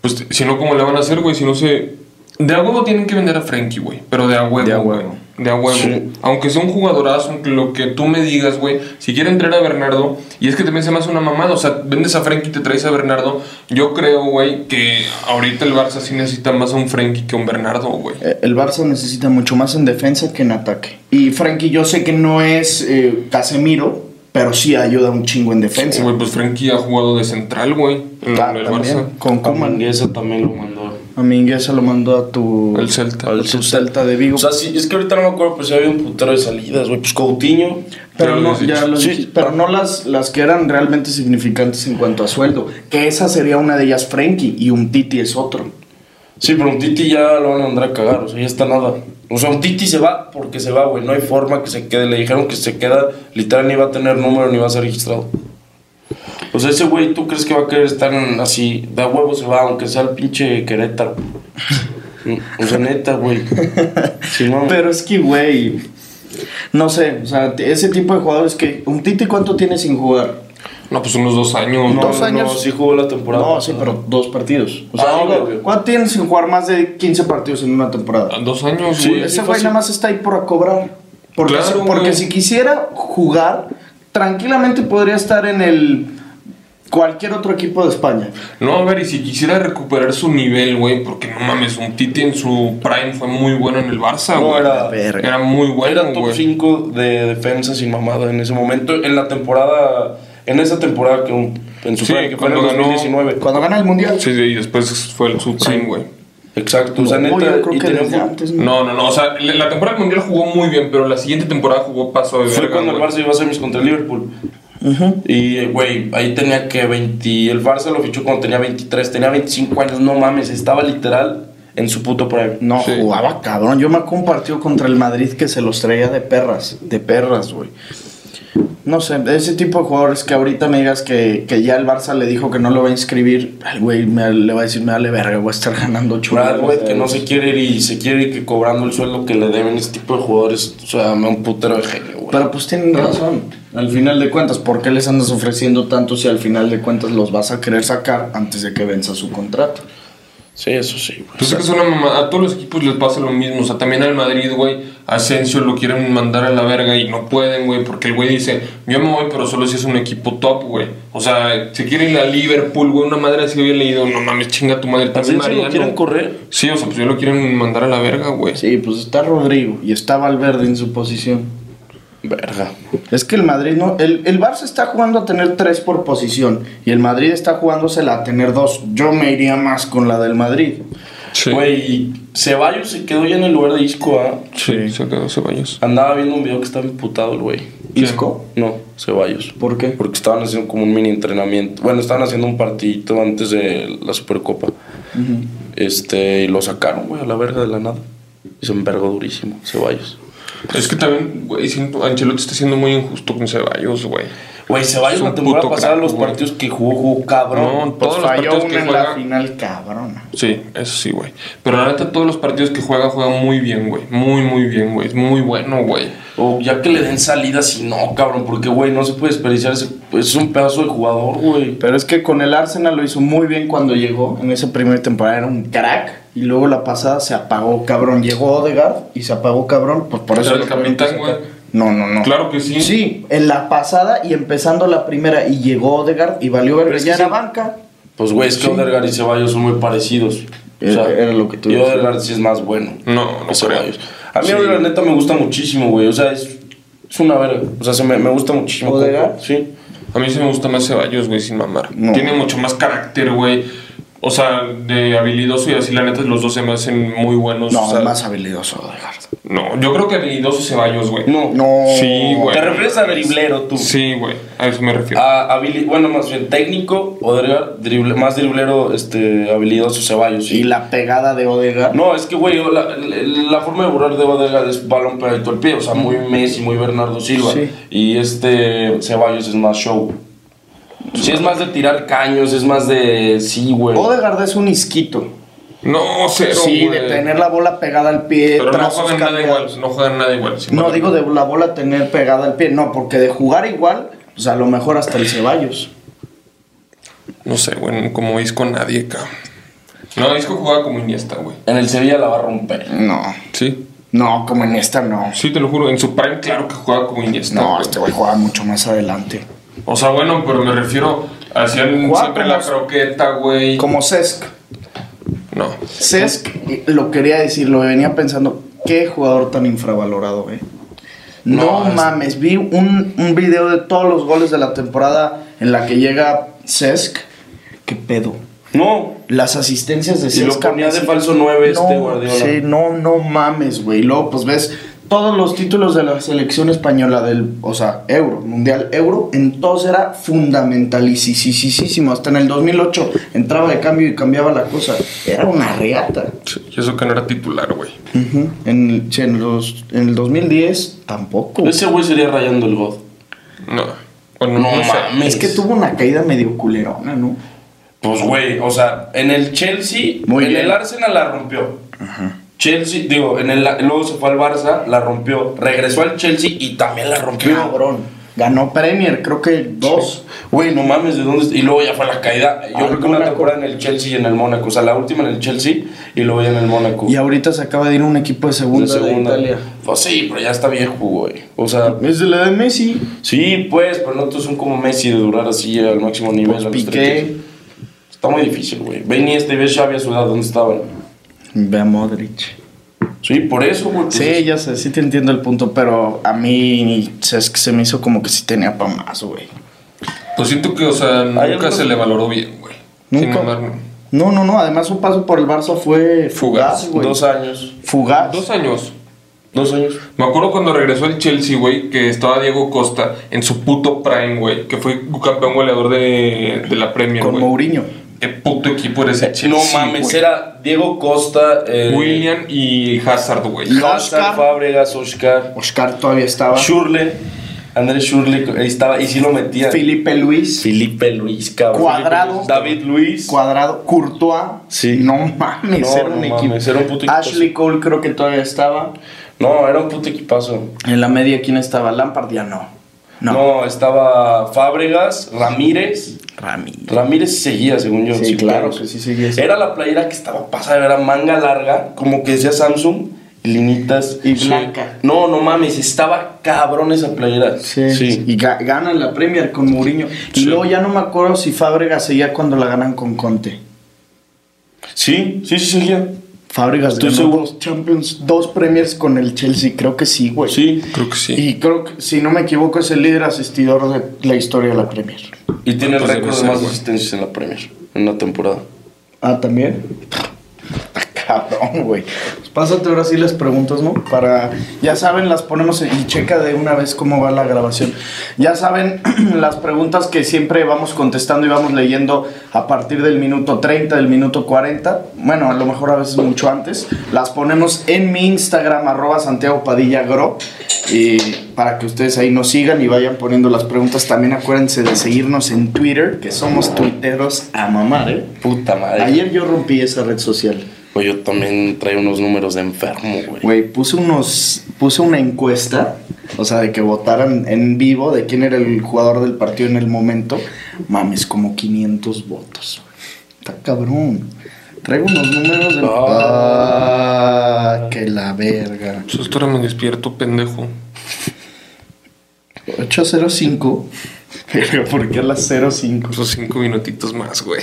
Speaker 3: pues si no, ¿cómo le van a hacer, güey? Si no se. De a huevo tienen que vender a Frankie, güey. Pero de a huevo.
Speaker 1: De a
Speaker 3: güey.
Speaker 1: huevo.
Speaker 3: De a huevo.
Speaker 2: Sí.
Speaker 3: Aunque sea un jugadorazo, aunque lo que tú me digas, güey. Si quiere entrar a Bernardo, y es que también se me hace una mamada. O sea, vendes a Frankie y te traes a Bernardo. Yo creo, güey, que ahorita el Barça sí necesita más a un Frankie que a un Bernardo, güey.
Speaker 1: Eh, El Barça necesita mucho más en defensa que en ataque. Y Frankie, yo sé que no es eh, Casemiro, pero sí ayuda un chingo en defensa.
Speaker 3: Güey, pues Frankie ha jugado de central, güey. En
Speaker 1: Ta-
Speaker 3: el
Speaker 1: también,
Speaker 3: Barça.
Speaker 1: Con Koeman.
Speaker 2: Manguesa también lo mandó.
Speaker 1: A Mingueza lo mandó a tu.
Speaker 3: Al Celta.
Speaker 1: a tu Celta de Vigo.
Speaker 2: O sea, sí, es que ahorita no me acuerdo, pero sí había un putero de salidas, güey. Pues Coutinho.
Speaker 1: pero no,
Speaker 3: ya lo
Speaker 1: ya lo
Speaker 2: Sí.
Speaker 1: dijiste, pero no las, las que eran realmente significantes en cuanto a sueldo. Que esa sería una de ellas, Frankie, y un Titi es otro.
Speaker 2: Sí, pero un Titi ya lo van a andar a cagar, o sea, ya está nada. O sea, un Titi se va porque se va, güey. No hay forma que se quede. Le dijeron que se queda, literal, ni va a tener número ni va a ser registrado. O sea, ese güey, ¿tú crees que va a querer estar en- así? Da huevo se va, aunque sea el pinche Querétaro. o sea, neta, güey. Sí, no.
Speaker 1: Pero es que, güey. No sé, o sea, t- ese tipo de jugadores que. ¿Un Titi cuánto tiene sin jugar?
Speaker 3: No, pues unos dos años.
Speaker 2: No,
Speaker 1: dos
Speaker 2: no,
Speaker 1: años.
Speaker 2: sí jugó la temporada.
Speaker 1: No, sí, pero dos partidos. O
Speaker 2: Ah,
Speaker 1: sea,
Speaker 2: obvio,
Speaker 1: digo,
Speaker 2: obvio.
Speaker 1: ¿cuánto tienen sin jugar más de 15 partidos en una temporada?
Speaker 3: Ah, Dos años,
Speaker 2: Sí,
Speaker 3: güey.
Speaker 2: es-
Speaker 1: Ese güey
Speaker 2: fácil.
Speaker 1: nada más está ahí por cobrar. Porque,
Speaker 3: Claro,
Speaker 1: si,
Speaker 3: güey.
Speaker 1: porque si quisiera jugar, tranquilamente podría estar en el cualquier otro equipo de España.
Speaker 3: No, a ver, y si quisiera recuperar su nivel, güey, porque no mames, un Titi en su prime fue muy bueno en el Barça,
Speaker 2: No,
Speaker 3: güey.
Speaker 2: era-
Speaker 1: verga.
Speaker 3: Era muy bueno,
Speaker 2: Era top
Speaker 3: güey.
Speaker 2: 5 de defensa sin mamada en ese momento. En la temporada. En esa temporada que un- en su
Speaker 3: Sí,
Speaker 2: prime, que fue en el
Speaker 3: cuando ganó-
Speaker 2: 2019.
Speaker 1: Cuando gana el mundial.
Speaker 3: Sí, sí, y después fue el su prime, güey.
Speaker 2: Exacto, o sea,
Speaker 1: No,
Speaker 2: neta,
Speaker 1: yo creo
Speaker 2: y
Speaker 1: que
Speaker 2: tenía
Speaker 1: desde
Speaker 2: un-
Speaker 1: antes, ¿no?
Speaker 3: No, no, no. O sea, la la temporada del mundial jugó muy bien, pero la siguiente temporada jugó paso de
Speaker 2: Fue
Speaker 3: verga,
Speaker 2: cuando el
Speaker 3: güey.
Speaker 2: Barça iba a semis contra el Liverpool. Y, eh, güey, ahí tenía que 20. El Barça lo fichó cuando tenía 23, tenía 25 años. No mames, estaba literal en su puto prime.
Speaker 1: No,
Speaker 3: Sí.
Speaker 1: jugaba cabrón. Yo me acuerdo un partido contra el Madrid que se los traía de perras, de perras, güey. No sé, ese tipo de jugadores que ahorita me digas que, que ya el Barça le dijo que no lo va a inscribir, al güey me- le va a decir, me vale verga, voy a estar ganando chulo.
Speaker 2: Brad, güey, que no se quiere ir y se quiere ir que cobrando el sueldo que le deben ese tipo de jugadores. O sea, me da un putero de genio, güey.
Speaker 1: Pero pues tienen razón. Al final de cuentas, ¿por qué les andas ofreciendo tanto si al final de cuentas los vas a querer sacar antes de que venza su contrato?
Speaker 2: Sí, eso sí, güey.
Speaker 3: Pues es que es una mamá. A todos los equipos les pasa lo mismo. O sea, también al Madrid, güey. Asensio lo quieren mandar a la verga y no pueden, güey. Porque el güey dice, yo me voy, pero solo si es un equipo top, güey. O sea, se quiere ir a Liverpool, güey. Una madre así había leído, no mames, chinga tu madre.
Speaker 2: Asensio
Speaker 3: También
Speaker 2: lo
Speaker 3: Mariano.
Speaker 2: quieren correr.
Speaker 3: Sí, o sea, pues yo lo quieren mandar a la verga, güey.
Speaker 1: Sí, pues está Rodrigo y está Valverde en su posición.
Speaker 2: Verga.
Speaker 1: Es que el Madrid no. El, el Barça está jugando a tener tres por posición. Y el Madrid está jugándosela a tener dos. Yo me iría más con la del Madrid.
Speaker 3: Sí.
Speaker 2: Güey, Ceballos se quedó ya en el lugar de Isco, ¿ah?
Speaker 3: Sí, se quedó Ceballos.
Speaker 2: Andaba viendo un video que estaba imputado el güey.
Speaker 3: ¿Quién?
Speaker 1: ¿Isco?
Speaker 2: No, Ceballos.
Speaker 1: ¿Por qué?
Speaker 2: Porque estaban haciendo como un mini entrenamiento. Bueno, estaban haciendo un partidito antes de la Supercopa. Este, y lo sacaron, güey, a la verga de la nada. Y se envergó durísimo, Ceballos.
Speaker 3: Es que también, güey, siento, Ancelotti está siendo muy injusto con Ceballos, güey.
Speaker 2: Güey, Ceballos
Speaker 3: Es un
Speaker 2: la temporada
Speaker 3: puto
Speaker 2: pasada
Speaker 3: crack,
Speaker 2: los
Speaker 3: güey.
Speaker 2: partidos que jugó, jugó cabrón.
Speaker 3: No, todos los
Speaker 1: Pues Falló
Speaker 3: partidos que
Speaker 1: una en
Speaker 3: juega.
Speaker 1: la final, cabrón.
Speaker 3: Sí, eso sí, güey. Pero la neta, todos los partidos que juega, juega muy bien, güey. Muy, muy bien, güey. Es muy bueno, güey.
Speaker 2: O ya que le den salida, si no, cabrón. Porque, güey, no se puede desperdiciar. Ese, pues, es un pedazo de jugador, güey.
Speaker 1: Pero es que con el Arsenal lo hizo muy bien cuando llegó. En esa primera temporada era un crack. Y luego la pasada se apagó, cabrón. Llegó Odegaard y se apagó, cabrón. Pues por
Speaker 3: Pero
Speaker 1: eso.
Speaker 3: el
Speaker 1: lo tuvieron
Speaker 3: capitán,
Speaker 1: que
Speaker 3: güey.
Speaker 1: sacar. No, no, no.
Speaker 3: Claro que sí.
Speaker 1: Sí, en la pasada y empezando la primera. Y llegó Odegaard y valió verga.
Speaker 2: Pero es que
Speaker 1: Ya era
Speaker 2: sí.
Speaker 1: banca.
Speaker 2: Pues, güey, es que Odegaard y Ceballos son muy parecidos.
Speaker 1: Era- era lo que tú
Speaker 2: Y
Speaker 1: decías.
Speaker 2: Odegaard sí es más bueno.
Speaker 3: No, no
Speaker 2: Ese
Speaker 3: creo.
Speaker 2: Ceballos. A mí
Speaker 3: Sí.
Speaker 2: la neta me gusta muchísimo, güey. O sea, es, es una verga. O sea, se me, me gusta muchísimo.
Speaker 1: ¿Odegaard?
Speaker 2: Sí.
Speaker 3: A mí sí me gusta más Ceballos, güey, sin mamar.
Speaker 1: No.
Speaker 3: Tiene mucho más carácter, güey. O sea, de habilidoso y así, la neta, los dos se me hacen muy buenos.
Speaker 1: No,
Speaker 3: Pues, o sea,
Speaker 1: más habilidoso Odegaard.
Speaker 3: No, yo creo que habilidoso Ceballos, güey.
Speaker 2: No.
Speaker 1: No.
Speaker 3: Sí, güey.
Speaker 2: Te refieres a driblero, tú.
Speaker 3: Sí, güey. A eso me
Speaker 1: Ah,
Speaker 3: refiero.
Speaker 2: A habili- bueno, más bien técnico, Odegaard, drible- más driblero, este, habilidoso Ceballos.
Speaker 1: Y la pegada de Odegaard.
Speaker 2: No, es que, güey, la, la forma de borrar de Odegaard es balón pegadito al pie. O sea, muy Messi, muy Bernardo Silva.
Speaker 1: Sí.
Speaker 2: Y este Ceballos es más show. Sí, es más de tirar caños, es más de... Sí, güey.
Speaker 1: Odegaard es un isquito.
Speaker 3: No, cero,
Speaker 1: sí,
Speaker 3: güey.
Speaker 1: de tener la bola pegada al pie.
Speaker 3: Pero no
Speaker 1: trazos
Speaker 3: juegan nada
Speaker 1: cambiados.
Speaker 3: igual. No juegan nada igual. sin
Speaker 1: No
Speaker 3: mamar.
Speaker 1: digo de la bola tener pegada al pie, no, porque de jugar igual, pues a lo mejor hasta el Ceballos.
Speaker 3: No sé, güey. Como Isco, nadie, cabrón. No, Isco jugaba como Iniesta, güey.
Speaker 2: En el Sevilla la va a romper.
Speaker 1: No,
Speaker 3: Sí.
Speaker 1: no, como en esta no.
Speaker 3: Sí, te lo juro, en su prime claro que jugaba como Iniesta.
Speaker 1: No,
Speaker 3: güey.
Speaker 1: este güey jugaba mucho más adelante.
Speaker 3: O sea, bueno, pero me refiero, hacían
Speaker 1: Jugaba
Speaker 3: siempre
Speaker 1: como-
Speaker 3: la croqueta, güey.
Speaker 1: Como Cesc.
Speaker 3: No.
Speaker 1: Cesc, eh, lo quería decir, lo venía pensando, qué jugador tan infravalorado, eh. No,
Speaker 3: No, es-
Speaker 1: mames, vi un, un video de todos los goles de la temporada en la que llega Cesc. ¿Qué pedo?
Speaker 2: No,
Speaker 1: Las asistencias de
Speaker 2: Y lo
Speaker 1: Cesc a
Speaker 2: ponía de
Speaker 1: Messi.
Speaker 2: falso nueve este
Speaker 1: No,
Speaker 2: Guardiola.
Speaker 1: Sí, no, no mames, güey. Y Luego, pues ves todos los títulos de la selección española del, o sea, Euro, Mundial Euro, en todos era fundamentalísimo. Hasta en el 2008 entraba de cambio y cambiaba la cosa. Era una reata.
Speaker 3: Sí, y eso que no era titular, güey.
Speaker 1: Ujú. en, el- sí, en los, en el 2010 tampoco.
Speaker 2: ese güey sería rayando el God.
Speaker 3: No. Bueno,
Speaker 2: No
Speaker 3: no, sé.
Speaker 2: mames.
Speaker 1: Es que tuvo una caída medio culerona, ¿no?
Speaker 2: Pues, güey, o sea, en el Chelsea,
Speaker 1: Muy
Speaker 2: en
Speaker 1: bien.
Speaker 2: el Arsenal la rompió. Chelsea, digo, en el, luego se fue al Barça, la rompió. Regresó al Chelsea y también la rompió.
Speaker 1: Cabrón. Ganó Premier, creo que dos.
Speaker 2: Güey, no mames, ¿de dónde? Y luego ya fue la caída. Yo
Speaker 1: Al
Speaker 2: creo que una
Speaker 1: Ah, Mónaco.
Speaker 2: temporada en el Chelsea y en el Mónaco. O sea, la última en el Chelsea y luego ya en el Mónaco.
Speaker 1: Y ahorita se acaba de ir un equipo de
Speaker 2: De
Speaker 1: segunda de, Italia.
Speaker 2: Pues sí, pero ya está viejo, güey. O sea,
Speaker 1: Es de la de Messi.
Speaker 2: sí, pues, pero no todos son como Messi de durar así al máximo nivel.
Speaker 1: Pues
Speaker 2: a los
Speaker 1: Piqué.
Speaker 2: 30. Está muy difícil, güey. Ven y este y ve Xavi a su edad, ¿dónde estaban?
Speaker 1: Ve a Modric.
Speaker 2: Sí, por eso, güey. pues,
Speaker 1: Sí, ya sé, sí te entiendo el punto, pero a mí o sea, es que se me hizo como que sí tenía pa' más, güey.
Speaker 3: Pues siento que, o sea, nunca
Speaker 2: otros-
Speaker 3: se le valoró bien, güey.
Speaker 1: Nunca.
Speaker 3: Sin mamar, no.
Speaker 1: No, no, no. Además, su paso por el Barça fue
Speaker 3: Fugaz,
Speaker 1: fugaz, güey.
Speaker 2: Dos años.
Speaker 1: Fugaz.
Speaker 3: Dos años.
Speaker 2: Dos años.
Speaker 3: Me acuerdo cuando regresó el Chelsea, güey, que estaba Diego Costa en su puto prime, güey, que fue campeón goleador de, de la Premier,
Speaker 1: con
Speaker 3: güey.
Speaker 1: Mourinho.
Speaker 3: Qué puto equipo era ese Chelsea,
Speaker 2: no mames,
Speaker 3: güey.
Speaker 2: era Diego Costa, eh,
Speaker 3: William y Hazard, güey.
Speaker 1: Y-
Speaker 2: Oscar
Speaker 1: Oscar.
Speaker 2: Fábregas, Oscar,
Speaker 1: Oscar todavía estaba.
Speaker 2: Shurle, Andrés Shurle, ahí estaba, y sí lo metía.
Speaker 1: Felipe Luis.
Speaker 2: Felipe Luis, cabrón.
Speaker 1: Cuadrado.
Speaker 2: David Luis.
Speaker 1: Cuadrado. Courtois.
Speaker 2: Sí.
Speaker 1: No mames,
Speaker 2: No,
Speaker 1: era
Speaker 2: no
Speaker 1: un
Speaker 2: mames,
Speaker 1: equipo.
Speaker 2: era un puto equipo.
Speaker 1: Ashley Cole creo que todavía estaba.
Speaker 2: No, era un puto equipazo.
Speaker 1: En la media, ¿quién estaba? Lampard ya no.
Speaker 2: No,
Speaker 1: No.
Speaker 2: estaba Fábregas, Ramírez.
Speaker 1: Ramírez.
Speaker 2: Ramírez seguía, según yo.
Speaker 1: Sí, claro
Speaker 2: pero-
Speaker 1: que sí seguía.
Speaker 2: Era la playera que estaba pasada, era manga larga, como que decía Samsung, y linitas.
Speaker 1: Y blanca.
Speaker 2: No, no mames, estaba cabrón esa playera.
Speaker 1: Sí, Y ga- ganan la Premier con Mourinho. Y
Speaker 2: Sí.
Speaker 1: luego ya no me acuerdo si Fábregas seguía cuando la ganan con Conte.
Speaker 2: Sí, sí, sí, seguía.
Speaker 1: Fábregas
Speaker 2: Estoy
Speaker 1: ganó
Speaker 2: seguro.
Speaker 1: dos Champions, dos Premiers con el Chelsea, creo que sí, güey.
Speaker 2: Sí.
Speaker 3: Creo que sí.
Speaker 1: Y creo que, si no me equivoco, es el líder asistidor de la historia de la Premier.
Speaker 2: Y tiene el
Speaker 3: Pues debe
Speaker 2: récord de
Speaker 3: ser,
Speaker 2: más
Speaker 3: güey.
Speaker 2: asistencias en la Premier, en una temporada.
Speaker 1: Ah, ¿también? Cabrón, güey. Pues pásate ahora sí las preguntas, ¿no? Para, ya saben, las ponemos en- y checa de una vez cómo va la grabación. Ya saben, las preguntas que siempre vamos contestando y vamos leyendo a partir del minuto 30, del minuto 40, bueno, a lo mejor a veces mucho antes, las ponemos en mi Instagram, arroba Santiago Padilla Gro, y para que ustedes ahí nos sigan y vayan poniendo las preguntas. También acuérdense de seguirnos en Twitter, que somos tuiteros a mamar, ¿eh?
Speaker 2: Puta madre.
Speaker 1: Ayer yo rompí esa red social.
Speaker 2: Oye, Pues yo también traía unos números de enfermo, güey.
Speaker 1: Güey, puse unos. Puse una encuesta. O sea, de que votaran en vivo de quién era el jugador del partido en el momento. Mames, como 500 votos. Está cabrón. Traigo unos números de. Ah, que la verga.
Speaker 3: Pues hasta ahora me despierto, pendejo.
Speaker 1: 805. Verga, ¿por qué a las 05?
Speaker 3: Esos cinco minutitos más, güey.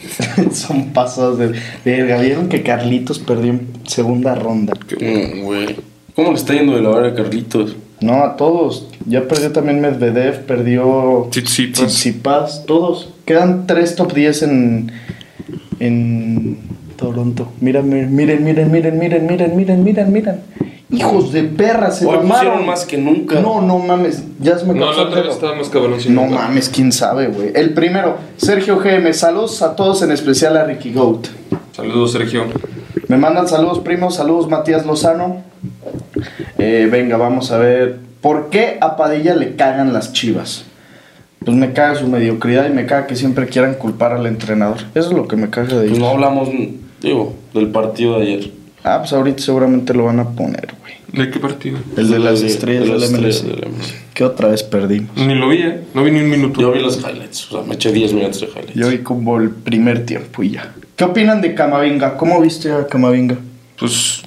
Speaker 1: Son pasos de. Verga, vieron que Carlitos perdió en segunda ronda.
Speaker 2: Mm, güey. ¿Cómo le está yendo de la hora a Carlitos?
Speaker 1: No, a todos. Ya perdió también Medvedev, perdió
Speaker 3: Tsitsipas.
Speaker 1: Tsitsipas, todos. Quedan tres top 10 en, en Toronto. Miren, miren, miren, miren, miren, miren, miren, miren, miren, miren. Hijos de perra, se
Speaker 2: Hoy
Speaker 1: mamaron.
Speaker 2: pusieron más que nunca.
Speaker 1: No, no mames, ya se me
Speaker 3: No,
Speaker 1: cansó
Speaker 3: la
Speaker 1: el
Speaker 3: otra vez
Speaker 1: dedo.
Speaker 3: estaba más cabrón. sin
Speaker 1: No
Speaker 3: duda.
Speaker 1: mames, quién sabe, güey. El primero, Sergio GM. Saludos a todos, en especial a Ricky Goat.
Speaker 3: Saludos, Sergio.
Speaker 1: Me mandan saludos, primos. Saludos, Matías Lozano. Eh, venga, vamos a ver. ¿Por qué a Padilla le cagan las chivas? Pues me caga su mediocridad y me caga que siempre quieran culpar al entrenador. Eso es lo que me caga de
Speaker 2: Pues no
Speaker 1: ellos.
Speaker 2: hablamos, digo, del partido de ayer.
Speaker 1: Ah, pues ahorita seguramente lo van a poner, güey.
Speaker 3: ¿De qué partido?
Speaker 1: El de las
Speaker 2: Sí,
Speaker 1: estrellas
Speaker 2: de las
Speaker 1: del MLS.
Speaker 2: estrellas del MLS.
Speaker 1: Que otra vez perdimos.
Speaker 3: Ni lo vi, ¿eh? No vi ni un minuto.
Speaker 2: Yo vi los highlights, o sea, me eché 10 minutos de highlights.
Speaker 1: Yo vi como el primer tiempo y ya. ¿Qué opinan de Camavinga? ¿Cómo viste a Camavinga?
Speaker 3: Pues,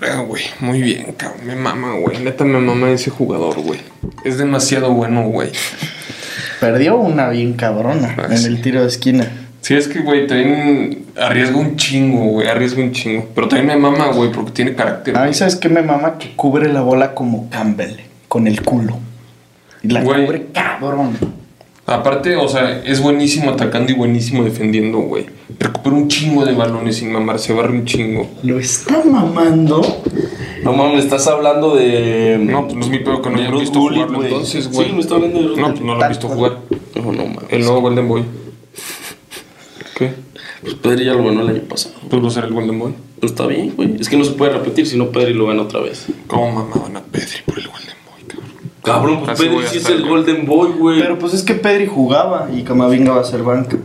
Speaker 3: verga, güey, muy bien, cabrón. Me mama, güey. Neta, me mama ese jugador, güey. Es demasiado bueno, güey.
Speaker 1: Perdió una bien cabrona
Speaker 3: Ah,
Speaker 1: en
Speaker 3: sí.
Speaker 1: el tiro de esquina.
Speaker 3: Sí, es que, güey, también arriesga un chingo, güey. Arriesga un chingo. Pero también me mama, güey, porque tiene carácter.
Speaker 1: A mí, ¿sabes qué me mama? Que cubre la bola como Campbell, con el culo. Y la
Speaker 3: Güey.
Speaker 1: cubre cabrón.
Speaker 3: Aparte, o sea, es buenísimo atacando y buenísimo defendiendo, güey. Recupera un chingo de balones sin mamar, se barre un chingo.
Speaker 1: Lo está mamando.
Speaker 2: No mames, estás hablando de. mm,
Speaker 3: No, pues no es mi pedo que no
Speaker 2: de
Speaker 3: hayan
Speaker 2: Ruth
Speaker 3: visto
Speaker 2: Gullit,
Speaker 3: jugarlo
Speaker 2: güey.
Speaker 3: entonces, güey.
Speaker 2: Sí, me está hablando de Ruth
Speaker 3: No,
Speaker 2: Gullit.
Speaker 3: pues no lo he visto jugar.
Speaker 2: No, no mames.
Speaker 3: El nuevo Golden Boy. ¿Qué?
Speaker 2: Pues Pedri ya lo ganó el año pasado.
Speaker 3: Pues va a ser el Golden Boy.
Speaker 2: Pues está bien, güey. Es que no se puede repetir, si no Pedri lo gana otra vez.
Speaker 3: ¿Cómo mamaban a Pedri por el Golden Boy, cabrón?
Speaker 2: Cabrón, pues
Speaker 3: Así voy
Speaker 2: Pedri
Speaker 3: a
Speaker 2: sí es
Speaker 3: estar
Speaker 2: el
Speaker 3: yo.
Speaker 2: Golden Boy, güey.
Speaker 1: Pero pues es que Pedri jugaba y Camavinga va a ser banca.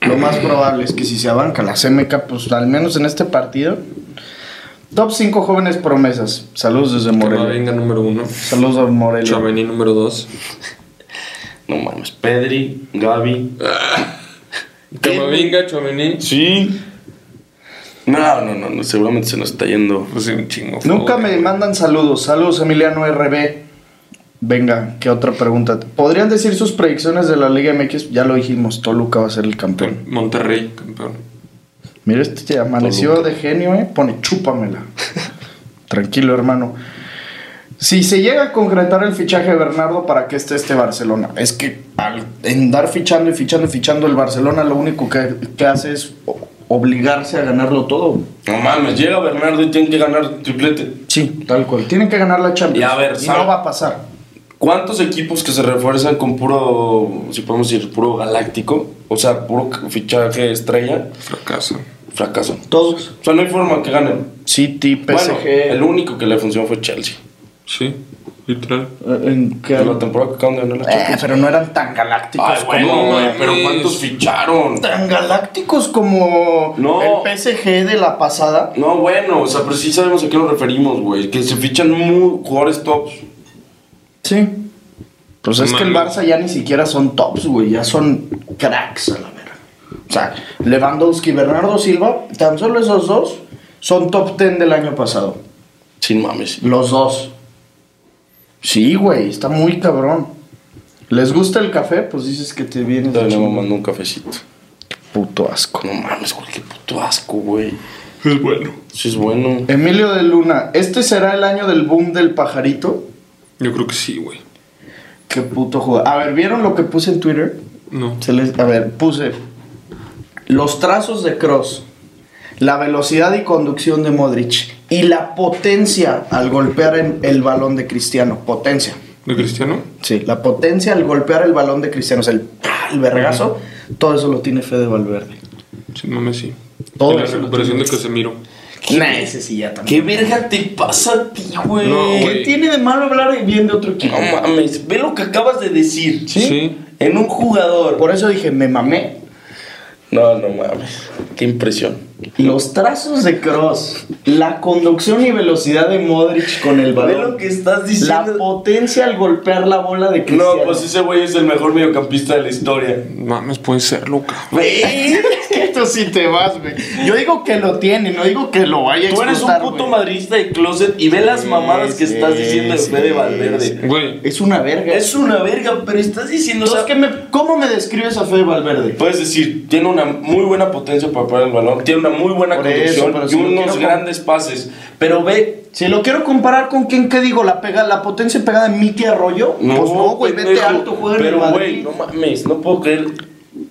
Speaker 1: Lo más probable es que si se banca la CMK, pues al menos en este partido. Top 5 jóvenes promesas. Saludos desde Morelia.
Speaker 3: Camavinga número uno.
Speaker 1: Saludos a Morelia.
Speaker 3: Chamení número dos.
Speaker 2: No mames, Pedri, Gaby.
Speaker 3: Camavinga, Chamení.
Speaker 2: Sí. No, no, no, no, seguramente se nos está yendo.
Speaker 3: Pues sí, un chingo.
Speaker 1: Nunca
Speaker 3: favor,
Speaker 1: me
Speaker 3: güey.
Speaker 1: mandan saludos. Saludos, Emiliano RB. Venga, ¿qué otra pregunta? ¿Podrían decir sus predicciones de la Liga MX? Ya lo dijimos, Toluca va a ser el campeón.
Speaker 3: Monterrey, campeón.
Speaker 1: Mira, este te amaneció
Speaker 2: Toluca.
Speaker 1: de genio, ¿eh? Pone, chúpamela. Tranquilo, hermano. Si se llega a concretar el fichaje de Bernardo, ¿para qué esté este Barcelona? Es que al andar fichando y fichando y fichando el Barcelona, lo único que, que hace es o- obligarse a ganarlo todo.
Speaker 2: No mames, llega Bernardo y tiene que ganar triplete.
Speaker 1: Sí, tal cual. Tienen que ganar la Champions.
Speaker 2: Y a ver,
Speaker 1: no
Speaker 2: ¿sabe?
Speaker 1: va a pasar.
Speaker 2: ¿Cuántos equipos que se refuerzan con puro, si podemos decir, puro galáctico? O sea, puro fichaje estrella,
Speaker 3: Fracaso.
Speaker 2: fracaso.
Speaker 1: Todos.
Speaker 2: O sea, no hay forma que ganen.
Speaker 1: City, PSG.
Speaker 2: Bueno, el único que le funcionó fue Chelsea.
Speaker 3: Sí, literal.
Speaker 1: eh, en que-
Speaker 2: De la temporada que acaban de ganar la
Speaker 1: Eh,
Speaker 2: Champions.
Speaker 1: pero no eran tan galácticos
Speaker 2: Ay, bueno,
Speaker 1: como.
Speaker 2: güey, pero ¿cuántos ficharon?
Speaker 1: Tan galácticos como
Speaker 2: No.
Speaker 1: el PSG de la pasada.
Speaker 2: No, bueno, o sea, pero sí sabemos a qué nos referimos, güey. Que se fichan muy jugadores tops.
Speaker 1: Sí. Pues es
Speaker 3: Man.
Speaker 1: que el Barça ya ni siquiera son tops, güey. Ya son cracks a la verga. O sea, Lewandowski y Bernardo Silva, tan solo esos dos son top 10 del año pasado.
Speaker 2: Sin mames.
Speaker 1: Los dos. Sí, güey, está muy cabrón. ¿Les gusta el café? Pues dices que te vienes de
Speaker 2: Dale, me
Speaker 1: chingo.
Speaker 2: mando un cafecito.
Speaker 1: Puto asco.
Speaker 2: No mames, güey, qué puto asco, güey.
Speaker 3: Es bueno.
Speaker 2: Eso es bueno.
Speaker 1: Emilio de Luna, ¿este será el año del boom del pajarito?
Speaker 3: Yo creo que sí, güey.
Speaker 1: Qué puto jugador. A ver, ¿vieron lo que puse en Twitter?
Speaker 3: No.
Speaker 1: Se les- a ver, puse los trazos de Cross, la velocidad y conducción de Modric y la potencia al golpear en- el balón de Cristiano. Potencia.
Speaker 3: ¿De Cristiano?
Speaker 1: Sí, la potencia al golpear el balón de Cristiano, o sea, el, ¡pah! el vergazo, todo eso lo tiene Fede Valverde.
Speaker 3: Sí, no me sí.
Speaker 1: Todo
Speaker 3: Y la
Speaker 1: eso lo
Speaker 3: recuperación de
Speaker 1: tiene.
Speaker 3: Casemiro.
Speaker 1: Nah, ese sí ya también.
Speaker 2: ¿Qué verga te pasa a ti, güey?
Speaker 3: No,
Speaker 1: ¿Qué,
Speaker 3: güey.
Speaker 1: tiene de malo hablar bien de otro equipo?
Speaker 2: No mames, ve lo que acabas de decir.
Speaker 1: ¿Sí?
Speaker 2: En un jugador.
Speaker 1: Por eso dije, me mamé.
Speaker 2: No, no mames. Qué impresión.
Speaker 1: Los trazos de Cross, la conducción y velocidad de Modric con el
Speaker 2: Ve
Speaker 1: balón.
Speaker 2: lo que estás
Speaker 1: La
Speaker 2: diciendo.
Speaker 1: potencia al golpear la bola de Cristiano.
Speaker 2: No, pues ese güey es el mejor mediocampista de la historia.
Speaker 3: Mames, puede ser, loca.
Speaker 2: Güey.
Speaker 1: Esto sí te vas, güey. Yo digo que lo tiene, no digo que lo vaya a
Speaker 2: Tú eres un
Speaker 1: explotar,
Speaker 2: puto
Speaker 1: güey.
Speaker 2: madridista de closet y ve las
Speaker 1: Sí,
Speaker 2: mamadas que
Speaker 1: sí,
Speaker 2: estás diciendo de
Speaker 1: sí,
Speaker 2: Fede
Speaker 1: sí.
Speaker 2: Valverde.
Speaker 3: Güey.
Speaker 1: Es una verga.
Speaker 2: Es una verga, pero estás diciendo. o sea,
Speaker 1: Entonces, ¿qué me- ¿cómo me describes a Fede Valverde?
Speaker 2: Puedes decir, tiene una muy buena potencia para parar el balón, tiene una muy buena
Speaker 1: Por eso,
Speaker 2: conducción
Speaker 1: pero
Speaker 2: y
Speaker 1: si lo
Speaker 2: unos
Speaker 1: quiero
Speaker 2: grandes pases. Pero ve,
Speaker 1: Si lo quiero comparar con quién, ¿qué digo? ¿La, pega, la potencia pegada de Miki Arroyo? pues no, güey, vete
Speaker 2: pendejo.
Speaker 1: alto, juega en el
Speaker 2: Pero,
Speaker 1: Madrid.
Speaker 2: güey, no mames, no puedo creer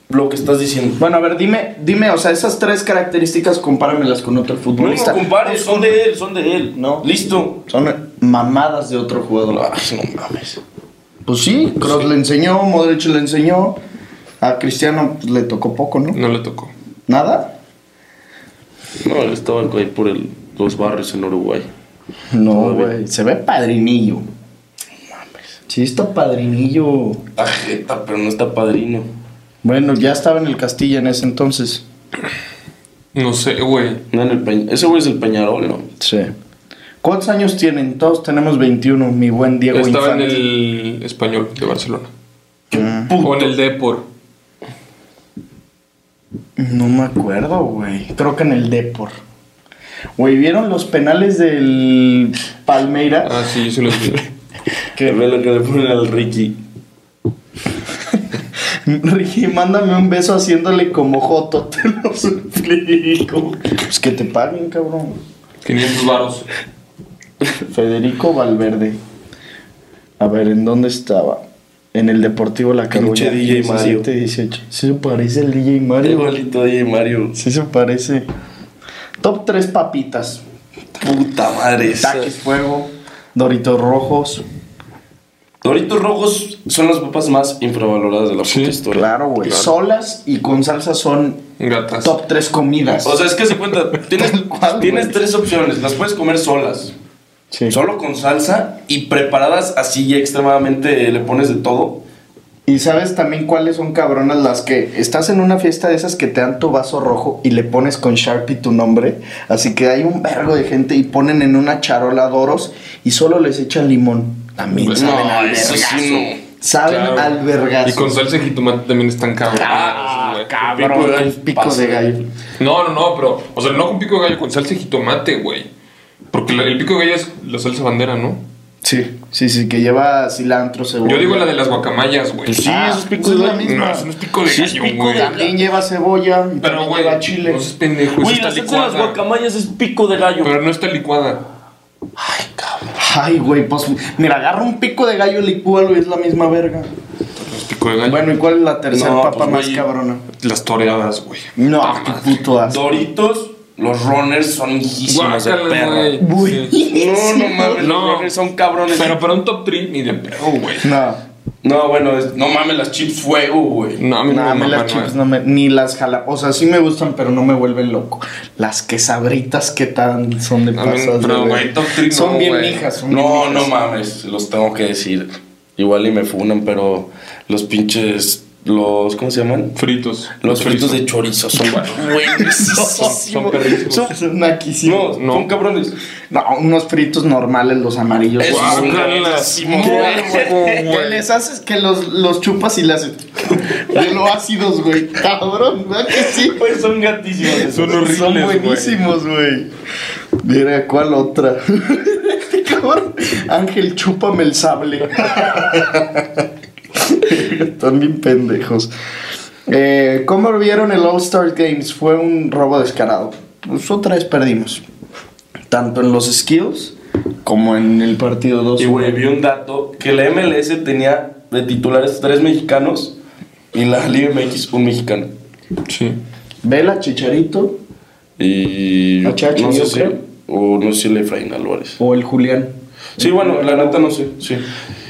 Speaker 2: lo que estás diciendo.
Speaker 1: Bueno, a ver, dime, dime, o sea, esas tres características, compáramelas con otro
Speaker 2: No lo
Speaker 1: futbolista.
Speaker 2: compares, son de él, son de él.
Speaker 1: No.
Speaker 2: Listo.
Speaker 1: Son mamadas de otro jugador.
Speaker 2: Ay, no mames.
Speaker 1: Ah, Pues sí, Cross le enseñó, Modric le enseñó. A Cristiano pues, le tocó poco, ¿no?
Speaker 3: No le tocó.
Speaker 1: ¿Nada?
Speaker 2: No, él estaba ahí por el, los barrios en Uruguay.
Speaker 1: No,
Speaker 2: Todavía.
Speaker 1: güey. Se ve padrinillo. Sí, está padrinillo.
Speaker 2: Tajeta, pero no está padrino.
Speaker 1: Bueno, ya estaba en el Castilla en ese entonces.
Speaker 3: No sé, güey.
Speaker 2: No, en el Peñ- Ese güey es el Peñarol, ¿no?
Speaker 1: Sí. ¿Cuántos años tienen? Todos tenemos 21, mi buen Diego
Speaker 3: Estaba en
Speaker 1: Infante.
Speaker 3: el español de Barcelona.
Speaker 1: Ah,
Speaker 3: O en el Depor.
Speaker 1: Mm, No me acuerdo, güey. Creo que en el Depor. Güey, ¿vieron los penales del Palmeiras?
Speaker 3: Ah, sí, yo sí lo vi.
Speaker 2: Que ve lo que le ponen al Ricky.
Speaker 1: Ricky, mándame un beso haciéndole como Joto, te lo suplico. Pues que te paguen, cabrón.
Speaker 3: 500 varos.
Speaker 1: Federico Valverde. A ver, ¿en dónde estaba? En el Deportivo La
Speaker 2: Pinche
Speaker 1: Carulla.
Speaker 2: DJ Mario.
Speaker 1: 18. Sí se parece el DJ Mario.
Speaker 2: Igualito de Mario.
Speaker 1: Sí se parece. Top 3 papitas.
Speaker 2: Puta madre. esa.
Speaker 1: Taquis Fuego, Doritos Rojos.
Speaker 2: Doritos rojos son las papas más infravaloradas de la
Speaker 3: Sí,
Speaker 2: puta historia.
Speaker 1: Claro, güey.
Speaker 3: Claro.
Speaker 1: Solas y con salsa son
Speaker 3: Gatas.
Speaker 1: top 3 comidas.
Speaker 2: O sea, es que se cuenta, tienes,
Speaker 1: Tal cual,
Speaker 2: tienes
Speaker 1: güey.
Speaker 2: tres opciones, las puedes comer solas,
Speaker 1: Sí.
Speaker 2: solo con salsa y preparadas así ya extremadamente eh, le pones de todo.
Speaker 1: Y sabes también cuáles son cabronas las que estás en una fiesta de esas que te dan tu vaso rojo y le pones con Sharpie tu nombre. Así que hay un vergo de gente y ponen en una charola doros y solo les echan limón. También
Speaker 3: Pues No,
Speaker 1: saben al
Speaker 2: eso sí,
Speaker 1: vergazo.
Speaker 2: no.
Speaker 1: Saben
Speaker 3: Claro.
Speaker 1: al vergazo.
Speaker 3: Y con salsa y jitomate también están cabros.
Speaker 1: Ah,
Speaker 3: güey.
Speaker 1: cabrón,
Speaker 2: Pico de
Speaker 1: el
Speaker 2: gallo.
Speaker 1: pico de gallo.
Speaker 3: No, no, no, pero. O sea, no con pico de gallo, con salsa y jitomate, güey. Porque la- el pico de gallo es la salsa bandera, ¿no?
Speaker 1: Sí, sí, sí, que lleva cilantro, cebolla.
Speaker 3: Yo digo la de las guacamayas, güey.
Speaker 2: Sí,
Speaker 1: Ah,
Speaker 2: eso es pico
Speaker 1: esa
Speaker 2: de
Speaker 1: es la
Speaker 2: gallo.
Speaker 1: misma.
Speaker 3: No, eso no es pico de
Speaker 2: Sí, es
Speaker 3: gallo,
Speaker 2: pico
Speaker 3: güey.
Speaker 2: de
Speaker 1: También lleva cebolla, y
Speaker 3: Pero,
Speaker 1: también
Speaker 3: güey.
Speaker 1: lleva chile.
Speaker 3: No seas pendejo, esa
Speaker 2: Güey,
Speaker 3: Pues está
Speaker 2: la salsa de las
Speaker 3: licuada.
Speaker 2: guacamayas es pico de gallo.
Speaker 3: Pero no está licuada.
Speaker 2: Ay, cabrón.
Speaker 1: Ay, güey, pues mira, agarra un pico de gallo licúalo y es la misma verga.
Speaker 3: Los pico de gallo.
Speaker 1: Bueno, ¿y cuál es la tercera
Speaker 2: No,
Speaker 1: papa
Speaker 2: pues,
Speaker 1: más
Speaker 2: güey.
Speaker 1: cabrona? Ah,
Speaker 3: Las toreadas, güey.
Speaker 1: No,
Speaker 3: Puta
Speaker 1: qué
Speaker 3: madre.
Speaker 1: puto asco.
Speaker 2: Doritos, los runners son hijísimos de
Speaker 3: Guácala,
Speaker 2: perra.
Speaker 3: güey. Sí.
Speaker 2: No, no mames,
Speaker 3: No.
Speaker 2: los runners son cabrones.
Speaker 3: Pero para un top 3 ni de pedo, güey.
Speaker 1: No.
Speaker 2: No, bueno, es- no mames, las chips fuego, güey.
Speaker 3: No, a mí
Speaker 1: No, a
Speaker 3: no
Speaker 1: mí
Speaker 3: me
Speaker 1: las chips no me, ni las jala, o sea, sí me gustan, pero no me vuelven loco. Las quesabritas que tan son de
Speaker 3: mí no,
Speaker 1: pasas.
Speaker 3: pero,
Speaker 1: de
Speaker 3: güey,
Speaker 1: ver-
Speaker 2: top three no,
Speaker 1: son bien
Speaker 2: güey.
Speaker 1: hijas, son
Speaker 2: No,
Speaker 1: bien
Speaker 2: no
Speaker 1: mijas.
Speaker 2: mames, los tengo que decir. Igual y me funan, pero los pinches, los, ¿cómo se llaman?
Speaker 3: Fritos.
Speaker 2: Los fritos de chorizo son
Speaker 1: Son,
Speaker 2: buenísimos.
Speaker 1: son
Speaker 3: perrísimos.
Speaker 1: Son, son naquísimos.
Speaker 2: No, son cabrones.
Speaker 1: No, unos fritos normales, los amarillos.
Speaker 2: Esos
Speaker 1: Guau.
Speaker 2: son
Speaker 3: Guácala.
Speaker 2: buenísimos,
Speaker 1: ¿Qué
Speaker 2: güey.
Speaker 1: haces? Que les haces que los, los chupas y le haces de lo ácidos, güey. Cabrón, ¿verdad que sí?
Speaker 2: Pues son gatísimos.
Speaker 3: Son horribles,
Speaker 1: Son
Speaker 3: güey.
Speaker 1: buenísimos, güey. Mira, ¿cuál otra? Este cabrón. Ángel, chúpame el sable. Están bien pendejos. Eh, ¿Cómo vieron el All-Star Games? Fue un robo descarado. Nosotros perdimos. Tanto en los skills como en el partido 2.
Speaker 2: Y güey, vi un dato que la MLS tenía de titulares tres mexicanos y la Liga MX un mexicano.
Speaker 3: Sí.
Speaker 1: Vela, Chicharito
Speaker 2: Y
Speaker 1: A Chacho,
Speaker 2: no sé
Speaker 1: yo
Speaker 2: si
Speaker 1: creo.
Speaker 2: o no sé si el Efraín Álvarez.
Speaker 1: o el Julián.
Speaker 2: Sí, bueno, la neta no sé, sí.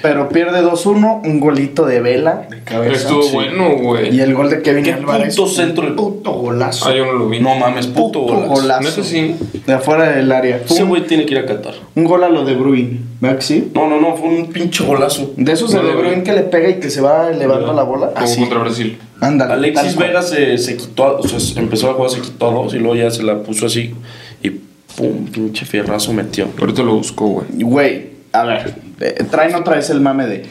Speaker 1: Pero pierde 2-1, un golito de Vela de cabeza.
Speaker 3: Estuvo
Speaker 1: Pues, Sí.
Speaker 3: bueno,
Speaker 1: Y
Speaker 3: güey.
Speaker 1: el gol de Kevin
Speaker 2: Qué
Speaker 1: Álvarez.
Speaker 2: puto centro.
Speaker 1: Puto golazo.
Speaker 3: Ah, yo no lo vi.
Speaker 2: No mames, puto
Speaker 1: Puto
Speaker 2: golazo.
Speaker 1: golazo.
Speaker 3: No sé si.
Speaker 1: De afuera del área. Fue
Speaker 2: Ese
Speaker 1: un,
Speaker 2: güey tiene que ir a Qatar.
Speaker 1: un gol a lo de Bruin. ¿Verdad que sí?
Speaker 2: No, no, no, fue un pinche golazo.
Speaker 1: De esos de,
Speaker 3: No,
Speaker 1: De
Speaker 3: de
Speaker 1: Bruin
Speaker 3: Bruyne.
Speaker 1: que le pega y que se va elevando la bola.
Speaker 3: Como
Speaker 1: Así.
Speaker 3: contra Brasil.
Speaker 1: Ándale. tal
Speaker 2: Alexis
Speaker 1: cual.
Speaker 2: Vega se, se quitó, a- o sea, se- empezó a jugar, se quitó a dos y luego ya se la puso así y pum, pinche fierrazo metió.
Speaker 3: Ahorita lo busco, güey.
Speaker 1: Güey, a ver. eh, traen otra vez el mame de.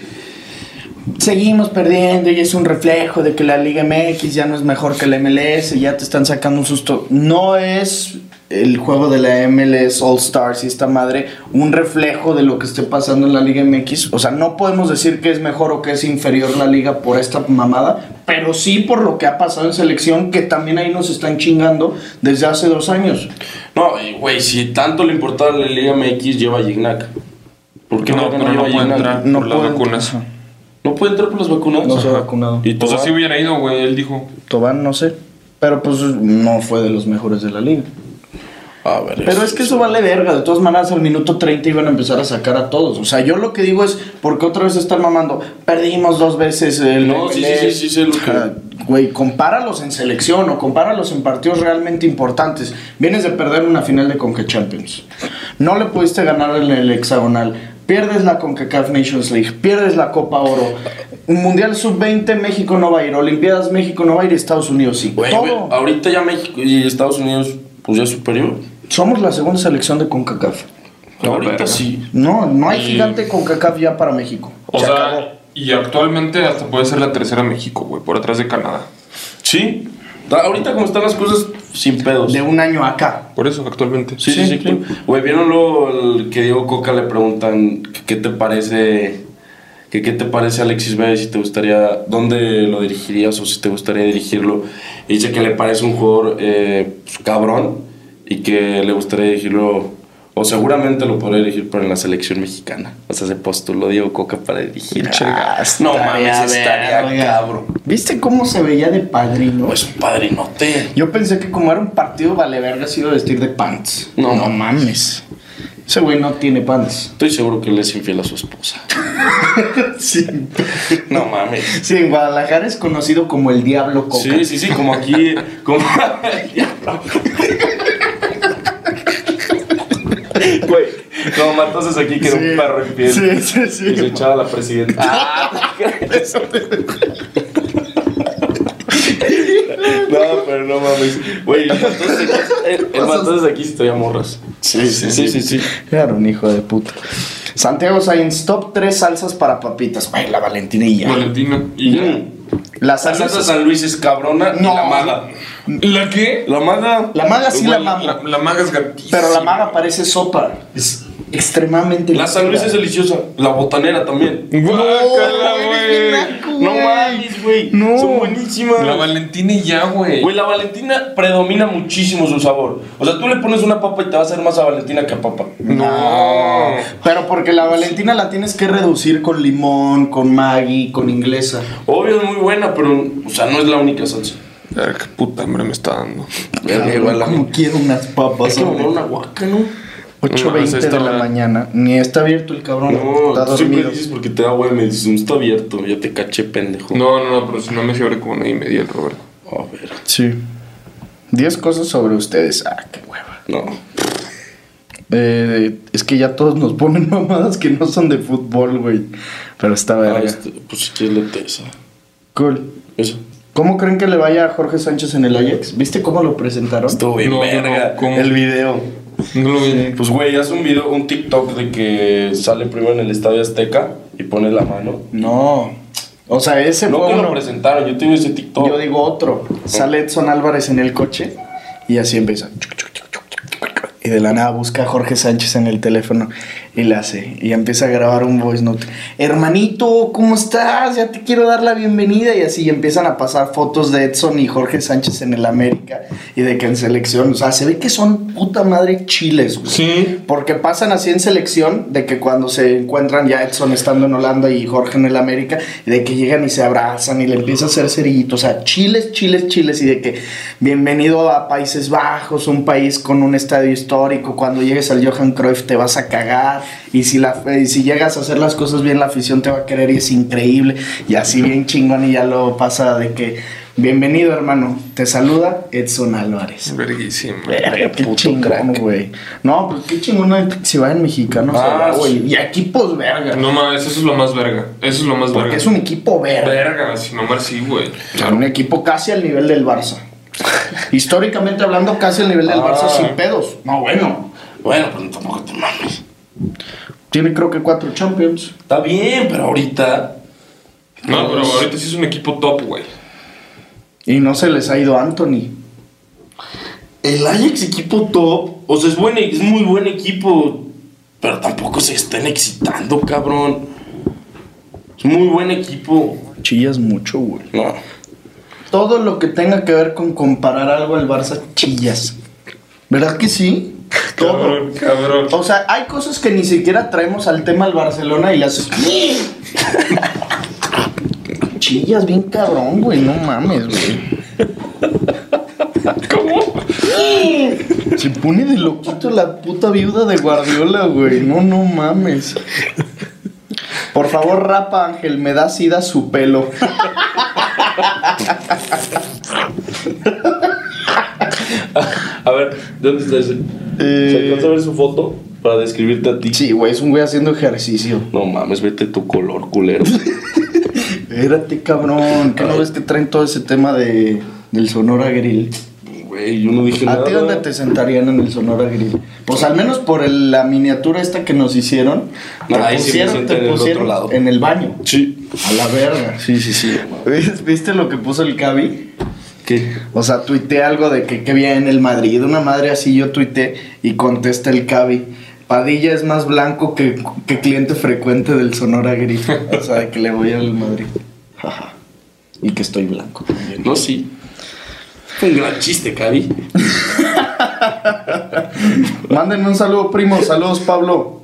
Speaker 1: Seguimos perdiendo y es un reflejo de que la Liga MX ya no es mejor que la MLS, ya te están sacando un susto. No es el juego de la MLS All Stars y esta madre un reflejo de lo que esté pasando en la Liga MX. O sea, no podemos decir que es mejor o que es inferior la liga por esta mamada, pero sí por lo que ha pasado en selección, que también ahí nos están chingando desde hace dos años.
Speaker 2: No, y güey, si tanto le importaba la Liga MX, lleva a Gignac. ¿Por qué
Speaker 3: No,
Speaker 2: no,
Speaker 3: pero no
Speaker 2: lleva a
Speaker 3: puede
Speaker 2: Gignac?
Speaker 3: entrar
Speaker 1: No
Speaker 3: por las
Speaker 1: puede
Speaker 3: vacunas.
Speaker 2: ¿No puede entrar por Ah, las vacunas?
Speaker 1: No se ha
Speaker 2: Ajá.
Speaker 1: vacunado.
Speaker 2: Y
Speaker 3: O sea,
Speaker 2: todo
Speaker 3: sí hubiera ido, güey. Él dijo.
Speaker 1: Tobán, no sé. Pero pues no fue de los mejores de la liga.
Speaker 2: A ver,
Speaker 1: Pero es que eso vale verga. De todas maneras, al minuto 30 iban a empezar a sacar a todos. O sea, yo lo que digo es, ¿por qué otra vez están mamando? Perdimos dos veces el...
Speaker 2: No, sí, sí, sí, sí, sé lo que-
Speaker 1: Ah, Güey, compáralos en selección o compáralos en partidos realmente importantes. Vienes de perder una final de Conca Champions. No le pudiste ganar en el hexagonal. Pierdes la CONCACAF Nations League, pierdes la Copa Oro. Mundial Sub-20 México no va a ir, Olimpiadas México no va a ir, Estados Unidos sí.
Speaker 2: Güey,
Speaker 1: Todo.
Speaker 2: güey, ah. ahorita ya México y Estados Unidos, pues ya es superior.
Speaker 1: Somos la segunda selección de CONCACAF.
Speaker 3: La
Speaker 2: ahorita
Speaker 3: verga.
Speaker 2: sí.
Speaker 1: No, no hay
Speaker 2: Y-
Speaker 1: gigante con CACAF ya para México.
Speaker 3: O
Speaker 1: Se
Speaker 3: sea,
Speaker 1: acabó.
Speaker 3: y actualmente hasta puede ser la tercera México, güey, por atrás de Canadá.
Speaker 2: Sí. Da- Ahorita como están las cosas, sin pedos.
Speaker 1: de un año acá.
Speaker 3: Por eso, actualmente.
Speaker 2: Sí, sí,
Speaker 1: Sí,
Speaker 2: sí. claro. Güey, ¿vieron luego el que Diego Coca le preguntan que qué te parece... Que qué te parece Alexis Vega y si te gustaría, dónde lo dirigirías o si te gustaría dirigirlo. Y dice que le parece un jugador eh, pues, cabrón y que le gustaría dirigirlo, o seguramente lo podría dirigir, pero en la selección mexicana. O sea, se postuló Diego Coca para dirigir.
Speaker 1: Ah,
Speaker 2: no
Speaker 1: estaría
Speaker 2: mames, estaría
Speaker 1: verga.
Speaker 2: cabrón. Pues,
Speaker 1: ¿Viste cómo se veía de padrino?
Speaker 2: No es un padrinote.
Speaker 1: Yo pensé que como era un partido vale verga se iba a vestir de pants.
Speaker 2: No, no
Speaker 1: mames. Ese güey no tiene pants.
Speaker 2: Estoy seguro que le es infiel a su esposa.
Speaker 1: Sí.
Speaker 2: No mames.
Speaker 1: Sí, en Guadalajara es conocido como el Diablo Coca.
Speaker 2: Sí, sí, sí, como aquí. Como... Güey, como matoses aquí que era
Speaker 1: Sí.
Speaker 2: un perro en piel.
Speaker 1: Sí, sí, Ah, sí.
Speaker 2: Y se echaba a la presidenta. no, pero no mames. Güey, el matoses aquí, el, el matoses aquí se traía morras.
Speaker 1: Sí, sí, sí.
Speaker 2: sí.
Speaker 1: Era un hijo de puta. Santiago Sainz, top 3 salsas para papitas. Güey, la Valentinilla.
Speaker 3: Valentina. Y ya.
Speaker 1: Mm. La
Speaker 2: La salsa
Speaker 1: salsa.
Speaker 2: San Luis es cabrona y
Speaker 1: No.
Speaker 2: la maga.
Speaker 3: ¿La qué?
Speaker 2: La maga.
Speaker 1: La maga sí la
Speaker 3: Güey,
Speaker 1: mamo.
Speaker 3: La, la maga es gatísima.
Speaker 1: Pero la maga parece sopa. Es extremadamente.
Speaker 2: La San Luis es
Speaker 1: líquida.
Speaker 2: deliciosa. La botanera también.
Speaker 3: Guácala,
Speaker 1: No,
Speaker 3: güey.
Speaker 1: eres bien naco,
Speaker 2: No
Speaker 1: güey.
Speaker 2: mames, güey.
Speaker 1: No.
Speaker 2: Son buenísimas.
Speaker 3: La Valentina y ya, güey.
Speaker 2: Güey, la Valentina predomina muchísimo su sabor. O sea, tú le pones una papa y te va a hacer más a Valentina que a papa.
Speaker 3: No.
Speaker 1: Pero porque la Valentina la tienes que reducir con limón, con Maggi, con inglesa.
Speaker 2: Obvio, es muy buena, pero, o sea, no es la única salsa.
Speaker 3: Ay, qué puta hambre me está dando.
Speaker 2: Verga, igual la-
Speaker 1: Como quiero unas
Speaker 2: Hay
Speaker 1: papas.
Speaker 2: que
Speaker 1: ahorita.
Speaker 2: mamar una guaca, ¿no? pues
Speaker 1: 8.20
Speaker 3: No, esa
Speaker 1: de
Speaker 3: está
Speaker 1: la
Speaker 3: la-
Speaker 1: mañana. Ni está abierto el cabrón. está
Speaker 2: No, tú siempre
Speaker 1: dormido.
Speaker 2: dices porque te da güey, me dices, no está abierto, ya te caché, pendejo.
Speaker 3: No, no, no, pero si no me abre como una y media el Roberto.
Speaker 2: A ver,
Speaker 1: Sí. 10 cosas sobre ustedes. Ah, qué hueva.
Speaker 2: no.
Speaker 1: Eh, es que ya todos nos ponen mamadas que no son de fútbol, güey. Pero está
Speaker 2: Ah,
Speaker 1: verga.
Speaker 2: este, pues si quieres le esa.
Speaker 1: Cool.
Speaker 2: Eso.
Speaker 1: ¿Cómo creen que le vaya a Jorge Sánchez en el Ajax? ¿Viste cómo lo presentaron?
Speaker 2: Estuvo bien
Speaker 3: No, no,
Speaker 2: verga
Speaker 3: no, ¿cómo?
Speaker 2: el video.
Speaker 3: No lo vi.
Speaker 2: Pues güey, hace un video, un TikTok de que sale primero en el Estadio Azteca y pone la mano.
Speaker 1: No. O sea, ese
Speaker 2: No
Speaker 1: fue
Speaker 2: que lo
Speaker 1: uno.
Speaker 2: presentaron, yo tengo ese TikTok.
Speaker 1: Yo digo otro. Sale Edson Álvarez en el coche y así empieza. Y de la nada busca a Jorge Sánchez en el teléfono y la hace. Y empieza a grabar un voice note. Hermanito, ¿cómo estás? Ya te quiero dar la bienvenida. Y así empiezan a pasar fotos de Edson y Jorge Sánchez en el América y de que en selección. O sea, se ve que son puta madre chiles, güey.
Speaker 3: Sí.
Speaker 1: Porque pasan así en selección de que cuando se encuentran ya Edson estando en Holanda y Jorge en el América, y de que llegan y se abrazan y le empieza a hacer cerillitos, o sea, chiles, chiles, chiles, y de que bienvenido a Países Bajos, un país con un estadio histórico, cuando llegues al Johan Cruyff te vas a cagar, y si, la, y si llegas a hacer las cosas bien la afición te va a querer y es increíble, y así bien chingón y ya lo pasa de que bienvenido hermano, te saluda Edson Álvarez.
Speaker 3: Verguísima.
Speaker 1: Verga, qué
Speaker 2: Puto
Speaker 1: chingón,
Speaker 2: crack.
Speaker 1: güey. No, pues qué chingón si va en mexicano.
Speaker 2: Ah,
Speaker 1: güey.
Speaker 2: sí.
Speaker 1: Y aquí, pues, verga.
Speaker 3: No mames, eso es lo más verga. Eso es lo más
Speaker 1: porque
Speaker 3: verga.
Speaker 1: es un equipo verga.
Speaker 3: Verga, sin mamar sí, güey.
Speaker 1: Un equipo casi al nivel del Barça. Históricamente hablando, casi al nivel del
Speaker 2: Ah.
Speaker 1: Barça sin pedos. No, bueno.
Speaker 2: Bueno, pero tampoco te mames.
Speaker 1: Tiene creo que cuatro champions.
Speaker 2: Está bien, pero ahorita.
Speaker 3: No, pero ahorita sí es un equipo top, güey.
Speaker 1: Y no se les ha ido Anthony.
Speaker 2: El Ajax equipo top. O sea, es, buen, e, es muy buen equipo. Pero tampoco se estén excitando, cabrón. Es muy buen equipo.
Speaker 1: Chillas mucho, güey.
Speaker 2: No.
Speaker 1: Todo lo que tenga que ver con comparar algo al Barça, chillas. ¿Verdad que sí? Todo.
Speaker 3: Cabrón, cabrón.
Speaker 1: O sea, hay cosas que ni siquiera traemos al tema al Barcelona y las. Chillas bien cabrón, güey. No mames, güey.
Speaker 3: ¿Cómo?
Speaker 1: Se pone de loquito la puta viuda de Guardiola, güey. No, no mames. Por favor, rapa, Ángel, me da sida su pelo.
Speaker 2: A ver, ¿dónde está ese? ¿Se alcanza a ver su foto para describirte a ti?
Speaker 1: Eh, Sí, güey, es un güey haciendo ejercicio.
Speaker 2: No mames, vete tu color, culero.
Speaker 1: Espérate, cabrón. ¿Qué no ves que traen todo ese tema de, del Sonora Grill?
Speaker 2: Güey, yo no dije nada.
Speaker 1: ¿A ti dónde te sentarían en el Sonora Grill? Pues al menos por el- la miniatura esta que nos hicieron, te
Speaker 2: Ahí sí me
Speaker 1: pusieron,
Speaker 2: siento
Speaker 1: te
Speaker 2: en el otro
Speaker 1: pusieron
Speaker 2: lado.
Speaker 1: en el baño.
Speaker 2: Sí.
Speaker 1: A la verga.
Speaker 2: Sí, sí, sí.
Speaker 1: ¿Ves- ¿Viste lo que puso el Cavi?
Speaker 2: ¿Qué?
Speaker 1: O sea, tuiteé algo de que qué bien el Madrid, una madre así yo tuiteé y contesta el Cavi. Padilla es más blanco que, que cliente frecuente del Sonora Grill. O sea, de que le voy al Madrid. Jaja. Y que estoy blanco también.
Speaker 2: No, sí. Fue un gran chiste, Cavi.
Speaker 1: Mándenme un saludo, primo. Saludos, Pablo.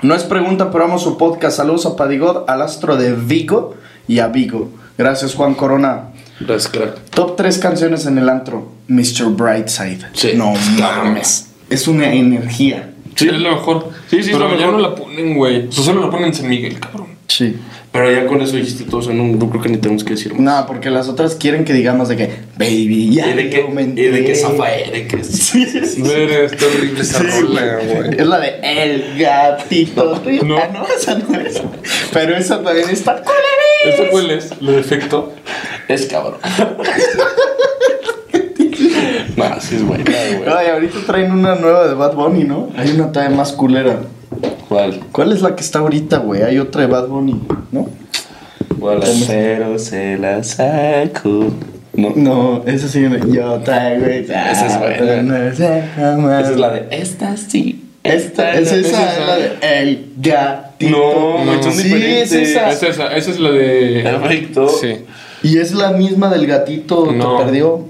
Speaker 1: No es pregunta, pero amo su podcast. Saludos a Padigod, al astro de Vigo y a Vigo. Gracias, Juan Corona.
Speaker 2: Gracias, crack.
Speaker 1: Top 3 canciones en el antro. Mr. Brightside.
Speaker 2: Sí.
Speaker 1: No
Speaker 3: Claro.
Speaker 1: mames. Es una energía.
Speaker 3: Sí, es lo mejor.
Speaker 2: Sí, sí, es
Speaker 3: Pero
Speaker 2: lo
Speaker 3: ya
Speaker 2: mejor.
Speaker 3: no la ponen, güey. O sea, solo la ponen en San Miguel, cabrón.
Speaker 1: Sí.
Speaker 2: Pero ya con eso dijiste todo, o sea, no, no creo que ni tenemos que decir más.
Speaker 1: No, porque las otras quieren que digamos de que, baby, ya.
Speaker 2: Y de
Speaker 1: yo
Speaker 2: que,
Speaker 1: me
Speaker 2: y de que
Speaker 1: enteré".
Speaker 2: zafa, y de que. Sí, sí, sí.
Speaker 3: Verga, está horrible esa rola, güey.
Speaker 1: Es la de El Gatito.
Speaker 3: No.
Speaker 1: Ah, no, esa no es. Pero esa también está.
Speaker 3: ¿Esta cuál es? ¿Lo defecto?
Speaker 2: Es cabrón. no, sí es buena, güey.
Speaker 1: Ay, ahorita traen una nueva de Bad Bunny, ¿no? Hay una todavía más culera.
Speaker 2: ¿Cuál?
Speaker 1: ¿Cuál es la que está ahorita, güey? Hay otra de Bad Bunny, ¿no?
Speaker 2: ¿Cuál? Cero se la saco. No.
Speaker 1: No, esa sí me... Yo Ah, traigo... Esa
Speaker 2: es buena. Esa es la de. Esta sí.
Speaker 1: Esta, es esa, es la de... El gatito.
Speaker 2: No,
Speaker 3: güey, son
Speaker 1: Sí, es
Speaker 2: diferentes.
Speaker 1: esa.
Speaker 3: Es esa, esa es la de.
Speaker 2: Perfecto.
Speaker 3: Sí.
Speaker 1: ¿Y es la misma del gatito
Speaker 3: No.
Speaker 1: que perdió?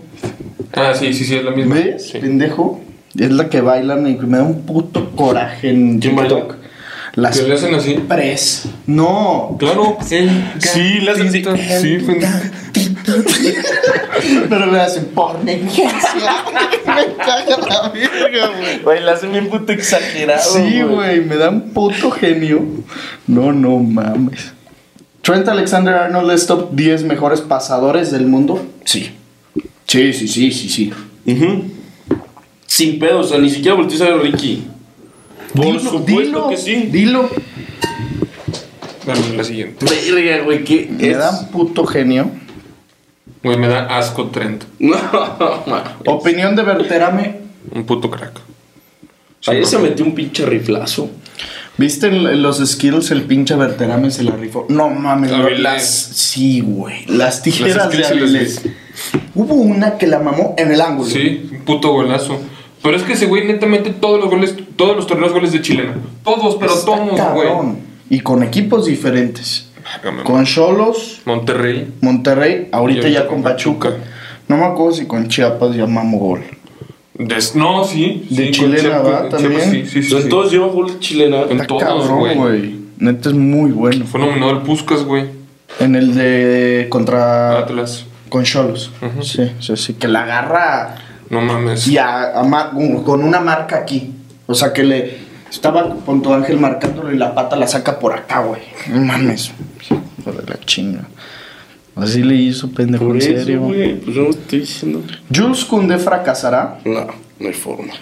Speaker 3: Ah, sí, sí, sí, es la misma.
Speaker 1: ¿Ves?
Speaker 3: Sí.
Speaker 1: Pendejo. Es la que bailan y me da un puto coraje en
Speaker 2: ¿Quién baila?
Speaker 1: TikTok. Las
Speaker 3: Que le hacen así.
Speaker 1: pres. No.
Speaker 3: Claro. Sí, le hacen así.
Speaker 1: gatito.
Speaker 3: Sí, pen-
Speaker 1: Pero le hacen por negligencia. me caga la verga, güey.
Speaker 2: Güey, le hacen bien puto exagerado.
Speaker 1: Sí, güey, me da un puto genio. No, no mames. Trent Alexander Arnold es top 10 mejores pasadores del mundo.
Speaker 2: Sí.
Speaker 1: Sí, sí, sí, sí, sí.
Speaker 2: Ujú. Sin pedo, o sea, ni siquiera voltees a ver a Ricky. Por
Speaker 3: pues,
Speaker 2: supuesto que sí.
Speaker 1: Dilo.
Speaker 3: Dale, la siguiente.
Speaker 2: Verga, güey, ¿qué
Speaker 1: Me da un puto genio.
Speaker 3: Güey, me da asco Trent.
Speaker 2: No, man.
Speaker 1: Opinión de Berterame.
Speaker 3: Un puto crack.
Speaker 2: Ayer se metió un pinche riflazo.
Speaker 1: ¿Viste en- en los skills el pinche Berterame se la rifó? No mames, bro,
Speaker 3: Avilés.
Speaker 1: las sí, güey, las tijeras
Speaker 3: Las
Speaker 1: de
Speaker 3: skills y las
Speaker 1: Avilés. Hubo una que la mamó en el ángulo.
Speaker 3: Sí, un puto golazo. Pero es que ese güey, netamente, todos los goles, todos los torneos goles de chilena. Todos, pero
Speaker 1: Está
Speaker 3: todos, güey.
Speaker 1: cabrón. Y con equipos diferentes.
Speaker 3: Válgame,
Speaker 1: Con Cholos,
Speaker 3: Monterrey.
Speaker 1: Monterrey,
Speaker 3: Y
Speaker 1: ahorita
Speaker 3: ahorita
Speaker 1: ya con
Speaker 3: con
Speaker 1: Pachuca.
Speaker 3: Pachuca.
Speaker 1: No me acuerdo si con Chiapas ya mamó gol.
Speaker 3: Des- no, sí.
Speaker 1: De
Speaker 3: sí,
Speaker 1: Chile,
Speaker 3: con Chiapas,
Speaker 1: ¿verdad?
Speaker 3: con Chiapas,
Speaker 1: También.
Speaker 3: Sí, sí, sí.
Speaker 2: Entonces
Speaker 3: sí.
Speaker 2: todos llevan gol chilena.
Speaker 3: En
Speaker 1: Está
Speaker 3: todos,
Speaker 1: cabrón,
Speaker 3: güey.
Speaker 1: güey. Neta es muy bueno.
Speaker 3: Fue nominado al Puskas, güey.
Speaker 1: En el de contra
Speaker 3: Atlas.
Speaker 1: con Cholos. Sí, sí, sí. Que la agarra
Speaker 3: No mames.
Speaker 1: y a- a mar- un- con una marca aquí. O sea que le estaba con tu ángel marcándolo y la pata la saca por acá, güey. No mames. Hijo de la chinga. Así le hizo pendejo,
Speaker 2: Por
Speaker 1: en
Speaker 2: eso,
Speaker 1: serio.
Speaker 2: güey. Pues yo no estoy diciendo.
Speaker 1: Jules Koundé fracasará.
Speaker 2: No, no hay forma.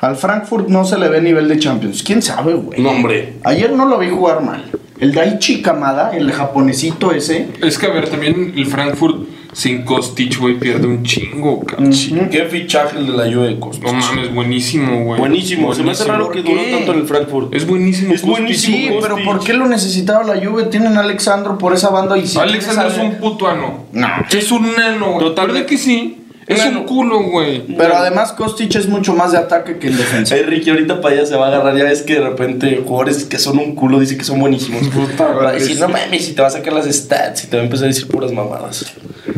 Speaker 1: Al Frankfurt no se le ve nivel de Champions. ¿Quién sabe, güey?
Speaker 2: No, hombre.
Speaker 1: Ayer no lo vi jugar mal. El Daichi Kamada, el japonesito ese.
Speaker 3: Es que, a ver, también el Frankfurt sin Kostic, güey, pierde un chingo, cabrón.
Speaker 2: ¿Qué fichaje el de la Juve de Costa?
Speaker 3: No mames, buenísimo, güey.
Speaker 2: Buenísimo. Se me hace
Speaker 3: Buenísimo.
Speaker 2: raro que duró
Speaker 1: qué?
Speaker 2: tanto en el Frankfurt.
Speaker 3: Es buenísimo.
Speaker 2: Es buenísimo.
Speaker 1: Sí,
Speaker 2: Kostic.
Speaker 1: pero ¿por qué lo necesitaba la Juve? Tienen a Alexandro por esa banda y si
Speaker 3: Alexander es
Speaker 1: tienes a-
Speaker 3: un puto ano.
Speaker 1: No.
Speaker 3: Es un nano, güey.
Speaker 2: Total-
Speaker 3: ¿Verdad que sí? Es
Speaker 2: Nano.
Speaker 3: un culo, güey.
Speaker 1: Pero además Kostic es mucho más de ataque que en defensa.
Speaker 2: Ay, Ricky, ahorita para allá se va a agarrar. Ya ves que de repente jugadores que son un culo dicen que son buenísimos. Va a decir, no mames, si te va a sacar las stats. Y te va a empezar a decir puras mamadas.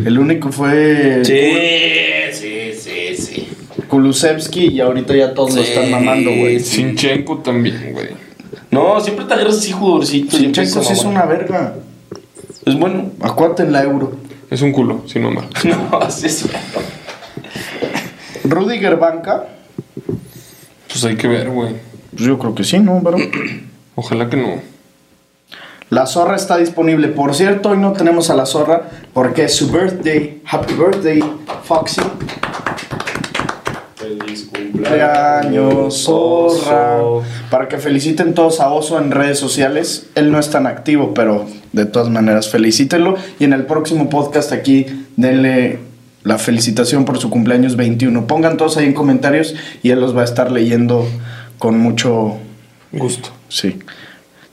Speaker 1: El único fue
Speaker 2: Sí, sí, sí, sí.
Speaker 1: Kulusevski y ahorita ya todos lo
Speaker 2: Sí.
Speaker 1: están mamando, güey.
Speaker 2: Sí.
Speaker 3: Sinchenko también, güey.
Speaker 2: No, siempre te agarras así jugadorcito. y
Speaker 1: Sinchenko
Speaker 2: empiezas a
Speaker 1: sí es
Speaker 2: mamar.
Speaker 1: una verga.
Speaker 2: Es bueno.
Speaker 1: Acuérdate en la Euro.
Speaker 3: Es un culo, sin mamar.
Speaker 2: No, sí es bueno.
Speaker 1: Rudiger Banca.
Speaker 3: Pues hay que ver, güey.
Speaker 1: Pues yo creo que sí, ¿no, bro?
Speaker 3: Ojalá que no.
Speaker 1: La zorra está disponible. Por cierto, hoy no tenemos a la zorra porque es su birthday. Happy birthday, Foxy.
Speaker 2: Feliz
Speaker 1: Cumpleaños, zorra. Para que feliciten todos a Oso en redes sociales. Él no es tan activo, pero de todas maneras, felicítenlo. Y en el próximo podcast aquí, denle la felicitación por su cumpleaños 21. Pongan todos ahí en comentarios y él los va a estar leyendo con mucho.
Speaker 3: Gusto.
Speaker 1: Sí.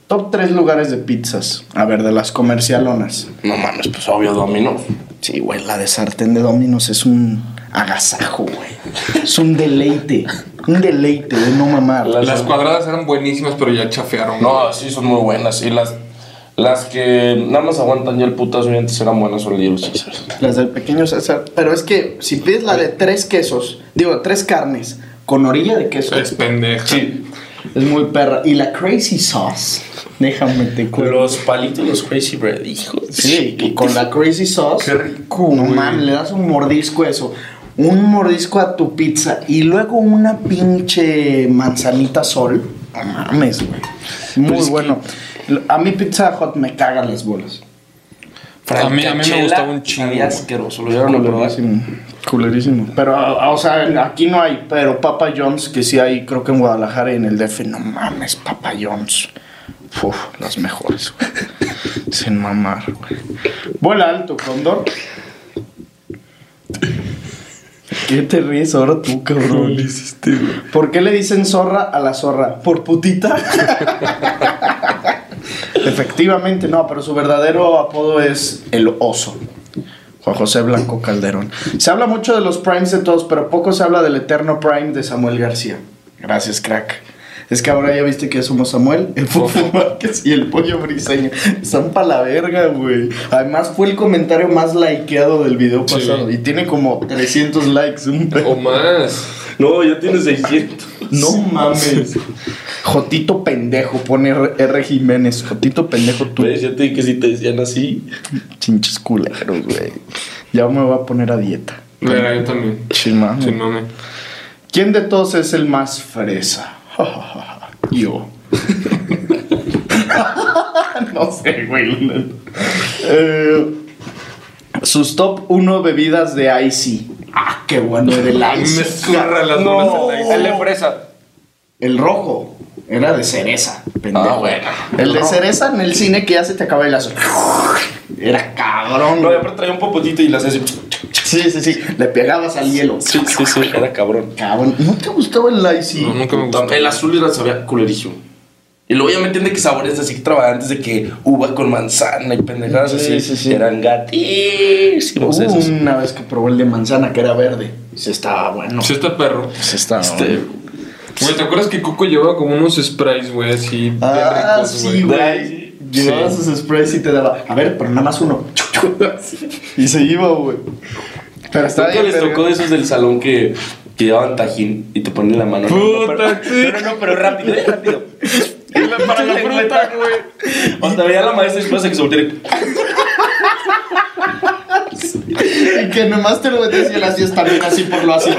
Speaker 1: Top 3 lugares de pizzas. A ver, de las comercialonas.
Speaker 2: No mames, pues obvio Domino's.
Speaker 1: Sí, güey, la de sartén de Dominos es un agasajo, güey. Es un deleite. Un deleite de no mamar.
Speaker 2: La-
Speaker 3: Las cuadradas eran buenísimas, pero ya chafearon. güey.
Speaker 2: No, sí, son muy buenas. Y las, las que nada más aguantan ya el putazo y antes eran buenas son Little Caesars.
Speaker 1: Las del pequeño César. Pero es que si pides la de tres quesos, digo, tres carnes con orilla de queso,
Speaker 3: Es
Speaker 1: es,
Speaker 3: pendeja.
Speaker 2: Sí.
Speaker 1: muy perra. Y la crazy sauce, déjame te cuento.
Speaker 2: Los palitos, los Crazy Bread, hijo.
Speaker 1: Sí, y con la crazy sauce.
Speaker 3: Qué rico,
Speaker 1: No
Speaker 3: güey.
Speaker 1: mames, le das un mordisco a eso. Un mordisco a tu pizza y luego una pinche manzanita sol. No mames, güey. Muy
Speaker 2: es que-
Speaker 1: bueno. A mi pizza hot me cagan las bolas.
Speaker 3: A mí- a mí me
Speaker 2: Francachela
Speaker 3: gustaba un chingo.
Speaker 2: Sabía asqueroso, lo llegaron a probar.
Speaker 1: Culerísimo. Pero, a- a- o sea, aquí no hay, pero Papa John's, que sí hay, creo que en Guadalajara y en el DF, no mames, Papa John's. Uf, las mejores, güey. Sin mamar, güey. Vuela alto, Condor. ¿Qué te ríes ahora tú, cabrón?
Speaker 3: hiciste, güey?
Speaker 1: ¿Por qué le dicen zorra a la zorra? ¿Por putita? Efectivamente, no, pero su verdadero apodo es el oso. Juan José Blanco Calderón. Se habla mucho de los primes de todos, pero poco se habla del eterno prime de Samuel García. Gracias, crack. Es que ahora ya viste que somos Samuel, el Fofo Márquez y el Pollo Briseño. Están pa' la verga, güey. Además, fue el comentario más likeado del video
Speaker 3: Sí.
Speaker 1: pasado. Y tiene como 300 likes. Un pe-
Speaker 3: O más.
Speaker 2: No, ya tiene 600.
Speaker 1: No mames. Jotito pendejo, pone R. R. Jiménez. Jotito pendejo, tú.
Speaker 2: Pues ya te dije que si te decían así.
Speaker 1: Chinches culeros, güey. Ya me voy a poner a dieta.
Speaker 3: Mira, yo también.
Speaker 1: Sí,
Speaker 2: Mm.
Speaker 1: mames.
Speaker 3: Sin mame.
Speaker 1: ¿Quién de todos es el más fresa? Yo. no sé, güey. Eh, sus top 1 bebidas de IC. Ah, qué bueno era el
Speaker 3: Me
Speaker 1: IC.
Speaker 3: zurra las
Speaker 1: No.
Speaker 3: bolas del ice.
Speaker 1: El de
Speaker 3: fresa.
Speaker 1: El rojo era de cereza. Pendejo.
Speaker 2: Ah, bueno.
Speaker 1: El de cereza en el cine que ya se te acaba el azúcar. Era cabrón.
Speaker 2: No,
Speaker 1: güey.
Speaker 2: ya pero traía un popotito y las hacía así.
Speaker 1: Sí, sí, sí. Le pegabas al hielo.
Speaker 2: Sí, sí, sí, era cabrón.
Speaker 1: Cabrón. ¿No te gustaba el IC?
Speaker 3: No, nunca me gustó.
Speaker 2: El azul era sabía culerísimo. Y luego ya me entiende que sabores así extravagantes de que uva con manzana y pendejadas
Speaker 1: Sí,
Speaker 2: así
Speaker 1: sí, Uh, sí.
Speaker 2: eran gatísimos
Speaker 1: Hubo
Speaker 2: esos.
Speaker 1: una vez que probé el de manzana que era verde. Se estaba bueno.
Speaker 3: Sí, está perro.
Speaker 1: Se estaba
Speaker 2: Este,
Speaker 3: Güey, ¿te acuerdas que Coco llevaba como unos sprays, güey, así? bien
Speaker 1: Ah,
Speaker 3: ricos,
Speaker 1: sí, güey.
Speaker 2: Sí.
Speaker 1: Llevaba sus sprays y te daba. A ver, pero nada más uno. Y se iba, güey. Pero estaba
Speaker 2: Nunca
Speaker 1: bien
Speaker 2: les
Speaker 1: verga.
Speaker 2: tocó de esos del salón que, que llevaban tajín y te ponían la mano. en la
Speaker 3: Puta,
Speaker 2: boca, pero, pero no, pero rápido, eh, rápido.
Speaker 3: Para la fruta, güey.
Speaker 2: O te veía la maestra y después se soltera. y-
Speaker 1: Y que nomás te lo metes y él hacías también así por lo así.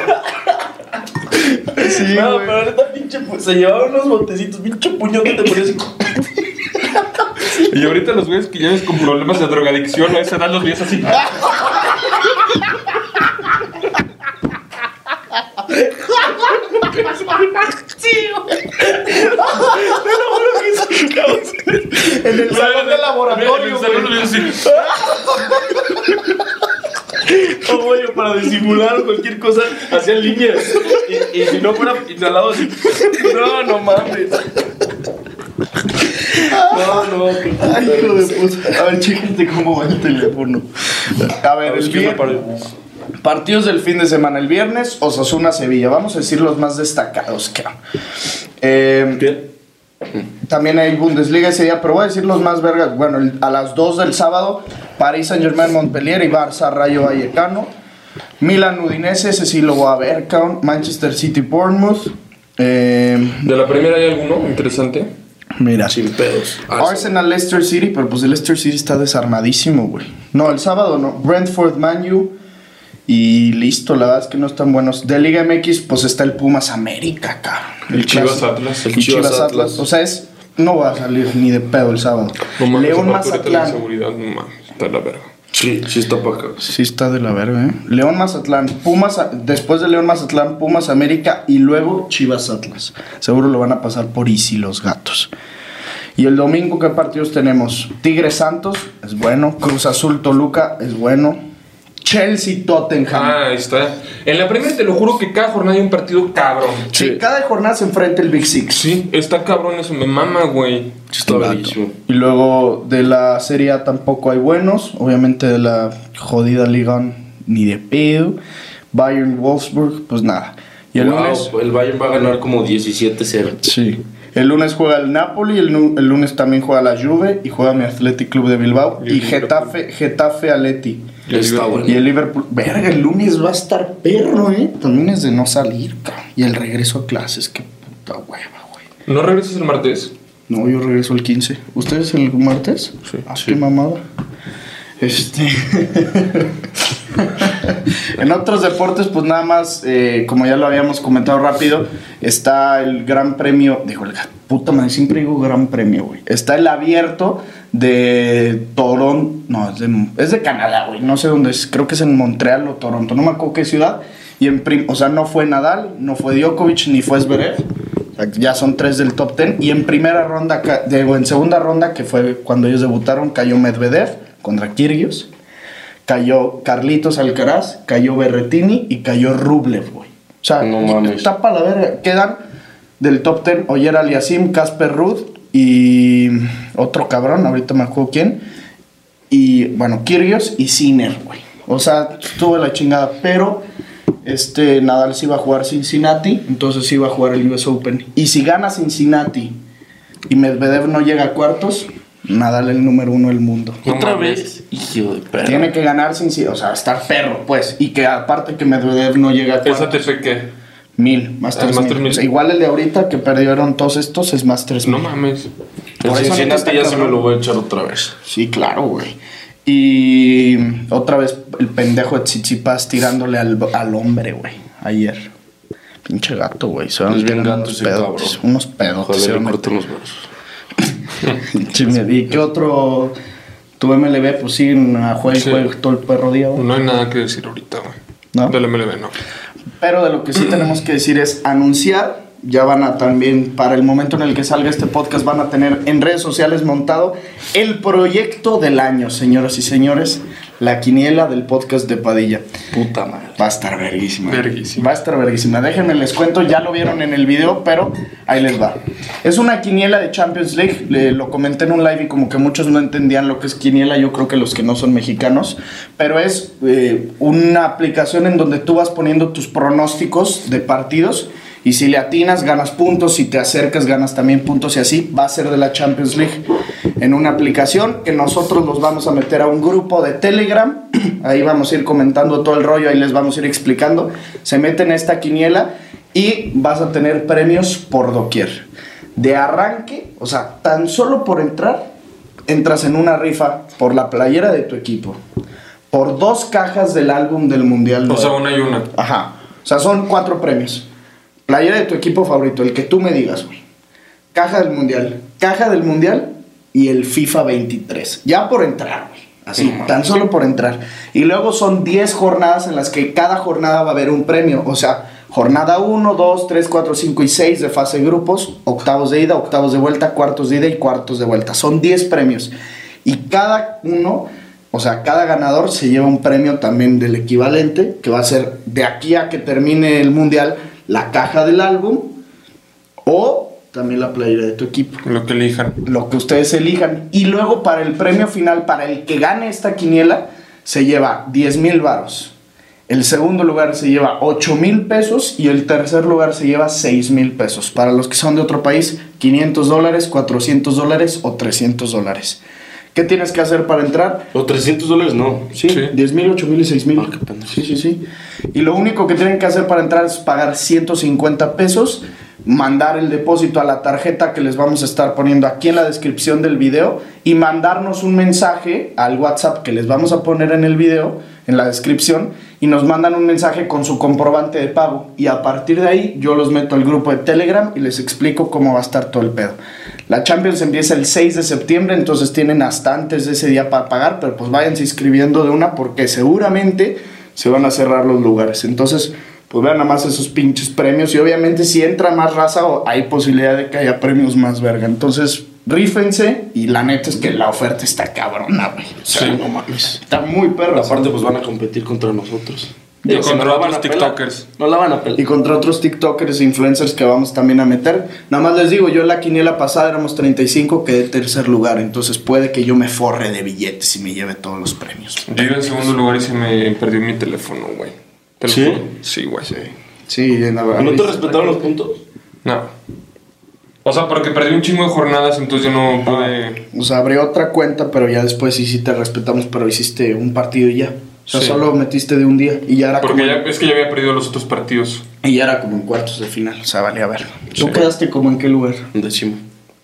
Speaker 1: Sí,
Speaker 2: No,
Speaker 1: güey.
Speaker 2: pero neta, pinche, pu- se llevaban unos botecitos, pinche puñón que te ponías así.
Speaker 3: Y ahorita los güeyes que llevan con problemas de drogadicción, a esa edad los ves así.
Speaker 1: En el salón de laboratorio,
Speaker 3: Güey, en el salón
Speaker 1: güey.
Speaker 3: los ves así.
Speaker 2: No, Oh, güey, o para disimular o cualquier cosa, hacían líneas. Y, y si no fuera inhalado así. No, no mames. No, no, qué puta.
Speaker 1: Ay, hijo de puta. A ver, chécate cómo va el teléfono. A ver, el
Speaker 2: que
Speaker 1: vier- Partidos del fin de semana. El viernes, Osasuna-Sevilla. Vamos a decir los más destacados, cabrón. Eh, también hay Bundesliga ese día, pero voy a decir los más vergas. Bueno, el- a las 2 del sábado, París Saint Germain Montpellier y Barça Rayo Vallecano. Milan Udinese, ese sí lo voy a ver, cabrón. Manchester City Bournemouth. Eh,
Speaker 3: ¿De la primera hay alguno interesante?
Speaker 1: mira,
Speaker 2: Sin pedos.
Speaker 3: Ah,
Speaker 1: Arsenal Leicester City, pero pues el Leicester City está desarmadísimo, güey. No, el sábado no. Brentford Manu y listo, la verdad es que no están buenos. De Liga MX, pues está el Pumas América, cabrón.
Speaker 3: El Chivas
Speaker 1: clásico.
Speaker 3: Atlas.
Speaker 1: El Chivas, Atlas. O sea, es. No va a salir ni de pedo el sábado.
Speaker 3: No mames,
Speaker 1: León
Speaker 3: aparte ahorita La
Speaker 1: Mazatlán.
Speaker 3: seguridad, no mames, está la verga.
Speaker 2: Sí, sí está para acá.
Speaker 1: Sí, está de la verga, ¿eh? León Mazatlán. Pumas. a- Después de León Mazatlán, Pumas América y luego Chivas Atlas. Seguro lo van a pasar por Easy los gatos. Y el domingo, ¿qué partidos tenemos? Tigres Santos, es bueno. Cruz Azul Toluca, es bueno. Chelsea Tottenham.
Speaker 3: Ah, ahí está. En la primera te lo juro que cada jornada hay un partido cabrón.
Speaker 1: Sí, cada jornada se enfrenta el Big Six.
Speaker 3: Sí, está cabrón eso, me mama, güey.
Speaker 2: Sí está
Speaker 1: Vato.
Speaker 2: bellísimo.
Speaker 1: Y luego de la Serie A tampoco hay buenos. Obviamente de la jodida Liga ni de pedo. Bayern Wolfsburg, pues nada. Y el
Speaker 2: Wow,
Speaker 1: lunes.
Speaker 2: el Bayern va a ganar como 17-0.
Speaker 1: Sí. El lunes juega el Napoli, el, nu- el lunes también juega la Juve y juega mi Athletic Club de Bilbao
Speaker 3: Y el
Speaker 1: y
Speaker 3: Liverpool.
Speaker 1: Getafe, Getafe Aleti.
Speaker 3: Y el
Speaker 2: Está
Speaker 3: Liverpool.
Speaker 2: bueno.
Speaker 1: Y el Liverpool, verga, el lunes va a estar perro, eh. También es de no salir, cabrón. Y el regreso a clases, qué puta hueva, güey.
Speaker 3: ¿No regresas el martes?
Speaker 1: No, yo regreso el 15. ¿Ustedes el martes? Sí. Ah, qué mamada. Este. en otros deportes, pues nada más, eh, como ya lo habíamos comentado rápido, está el Gran Premio. Digo, el gran- puta madre, siempre digo Gran Premio, güey. Está el abierto de Toronto. No, es de, es de Canadá, güey. No sé dónde es. Creo que es en Montreal o Toronto. No me acuerdo qué ciudad. Y en prim- o sea, no fue Nadal, no fue Djokovic, ni fue Zverev. Ya son tres del top ten. Y en primera ronda, ca- digo, en segunda ronda, que fue cuando ellos debutaron, cayó Medvedev contra Kyrgios. Cayó Carlitos Alcaraz, cayó Berretini y cayó Rublev, güey. O sea,
Speaker 2: No mames.
Speaker 1: está para la verga. Quedan del top ten Oyer Aliasim, Casper Ruud y otro cabrón, ahorita me acuerdo quién. Y bueno, Kyrgios y Sinner, güey. O sea, tuve la chingada, pero este Nadal sí iba a jugar Cincinnati, entonces sí iba a jugar el US Open. Y si gana Cincinnati y Medvedev no llega a cuartos, Nadal el número uno del mundo.
Speaker 3: No
Speaker 2: Otra
Speaker 3: mames.
Speaker 2: vez, hijo de perro.
Speaker 1: Tiene que ganar Cincinnati, o sea, estar perro, pues. Y que aparte que Medvedev no llega a
Speaker 3: ¿Esa
Speaker 1: cuartos.
Speaker 3: te fue qué?
Speaker 1: Mil, más
Speaker 3: Ah,
Speaker 1: tres
Speaker 3: más
Speaker 1: mil.
Speaker 3: tres mil.
Speaker 1: O sea, igual el de ahorita que perdieron todos estos es más tres
Speaker 3: No
Speaker 1: mil.
Speaker 3: mames.
Speaker 2: El
Speaker 1: Por eso no te
Speaker 2: Cincinnati
Speaker 1: está
Speaker 2: ya se
Speaker 1: cabrón.
Speaker 2: me lo voy a echar otra vez.
Speaker 1: Sí, claro, güey. Y otra vez el pendejo de Tsitsipas tirándole al, al hombre, güey, ayer. Pinche gato, güey. Se van a
Speaker 2: Es bien
Speaker 1: tener
Speaker 2: gato
Speaker 1: unos
Speaker 2: ese
Speaker 1: pedotes.
Speaker 2: cabrón.
Speaker 1: Unos pedotes.
Speaker 2: Ojalá
Speaker 1: se
Speaker 2: le
Speaker 1: van a
Speaker 2: corten los brazos.
Speaker 1: Sí, me di. ¿Qué otro? Tu MLB, pues sí, a jugar y
Speaker 3: Sí.
Speaker 1: juega todo el perro día, güey.
Speaker 3: No hay nada que decir ahorita, güey.
Speaker 1: ¿No?
Speaker 3: Del MLB, no.
Speaker 1: Pero de lo que sí tenemos que decir es anunciar. Ya van a también, para el momento en el que salga este podcast, van a tener en redes sociales montado el proyecto del año, señoras y señores. La quiniela del podcast de Padilla.
Speaker 2: Puta madre.
Speaker 1: Va a estar verguísima.
Speaker 3: Verguísima.
Speaker 1: Va a estar verguísima. Déjenme les cuento, ya lo vieron en el video, pero ahí les va. Es una quiniela de Champions League. Le- lo comenté en un live y como que muchos no entendían lo que es quiniela. Yo creo que los que no son mexicanos. Pero es eh, una aplicación en donde tú vas poniendo tus pronósticos de partidos. Y si le atinas, ganas puntos. Si te acercas, ganas también puntos. Y así va a ser de la Champions League en una aplicación que nosotros los vamos a meter a un grupo de Telegram. Ahí vamos a ir comentando todo el rollo. Ahí les vamos a ir explicando. Se meten a esta quiniela y vas a tener premios por doquier. De arranque, o sea, tan solo por entrar, entras en una rifa por la playera de tu equipo. Por dos cajas del álbum del Mundial.
Speaker 3: O sea,
Speaker 1: de-
Speaker 3: una y una.
Speaker 1: Ajá. O sea, son cuatro premios. Playera de tu equipo favorito, el que tú me digas, güey. Caja del Mundial. Caja del Mundial y el FIFA 23. Ya por entrar, güey. Así,
Speaker 2: No mames.
Speaker 1: tan solo por entrar. Y luego son 10 jornadas en las que cada jornada va a haber un premio. O sea, jornada 1, 2, 3, 4, 5 y 6 de fase de grupos, octavos de ida, octavos de vuelta, cuartos de ida y cuartos de vuelta. Son 10 premios. Y cada uno, o sea, cada ganador se lleva un premio también del equivalente, que va a ser de aquí a que termine el mundial, la caja del álbum o también la playera de tu equipo
Speaker 3: Lo que elijan.
Speaker 1: lo que ustedes elijan. Y luego para el premio final, para el que gane esta quiniela, se lleva 10 mil varos. El segundo lugar se lleva 8 mil pesos y el tercer lugar se lleva 6 mil pesos. Para los que son de otro país, 500 dólares, 400 dólares o 300 dólares. ¿Qué tienes que hacer para entrar?
Speaker 2: O 300 dólares, no.
Speaker 1: Sí,
Speaker 3: Sí.
Speaker 1: 10 mil, 8 mil y 6 mil.
Speaker 2: Ah, qué pendejo.
Speaker 1: sí, sí, sí. Y lo único que tienen que hacer para entrar es pagar 150 pesos, mandar el depósito a la tarjeta que les vamos a estar poniendo aquí en la descripción del video y mandarnos un mensaje al WhatsApp que les vamos a poner en el video, en la descripción, y nos mandan un mensaje con su comprobante de pago. Y a partir de ahí yo los meto al grupo de Telegram y les explico cómo va a estar todo el pedo. La Champions empieza el 6 de septiembre, entonces tienen hasta antes de ese día para pagar, pero pues váyanse inscribiendo de una porque seguramente se van a cerrar los lugares. Entonces, pues vean nada más esos pinches premios y obviamente si entra más raza o- hay posibilidad de que haya premios más verga. Entonces, rífense y la neta es que la oferta está cabrona, güey. O sea,
Speaker 3: Sí.
Speaker 1: no mames. Está muy perra.
Speaker 2: Aparte, pues van a competir contra nosotros.
Speaker 3: Y
Speaker 2: Digo, si
Speaker 3: contra
Speaker 2: no la van
Speaker 3: otros
Speaker 2: a pelar,
Speaker 3: tiktokers.
Speaker 2: No la van a pelar.
Speaker 1: Y contra otros TikTokers e influencers que vamos también a meter. Nada más les digo, yo en la quiniela pasada éramos 35, quedé tercer lugar. Entonces puede que yo me forre de billetes y me lleve todos los premios.
Speaker 3: Yo iba en segundo lugar y se me perdió mi teléfono, güey. ¿Te lo
Speaker 2: ¿Sí?
Speaker 3: juro? Sí, güey.
Speaker 1: Sí, la verdad.
Speaker 2: ¿No te respetaron los puntos?
Speaker 3: No. O sea, porque perdí un chingo de jornadas, entonces yo no pude.
Speaker 1: O sea, abrí otra cuenta, pero ya después sí, sí te respetamos, pero hiciste un partido y ya. O sea,
Speaker 3: Sí.
Speaker 1: solo metiste de un día y ya era como...
Speaker 3: Porque ya, es que ya había perdido los otros partidos.
Speaker 1: Y ya era como en cuartos de final. O sea, valía ver. ¿Tú
Speaker 3: Sí.
Speaker 1: quedaste como en qué lugar?
Speaker 2: Décimo.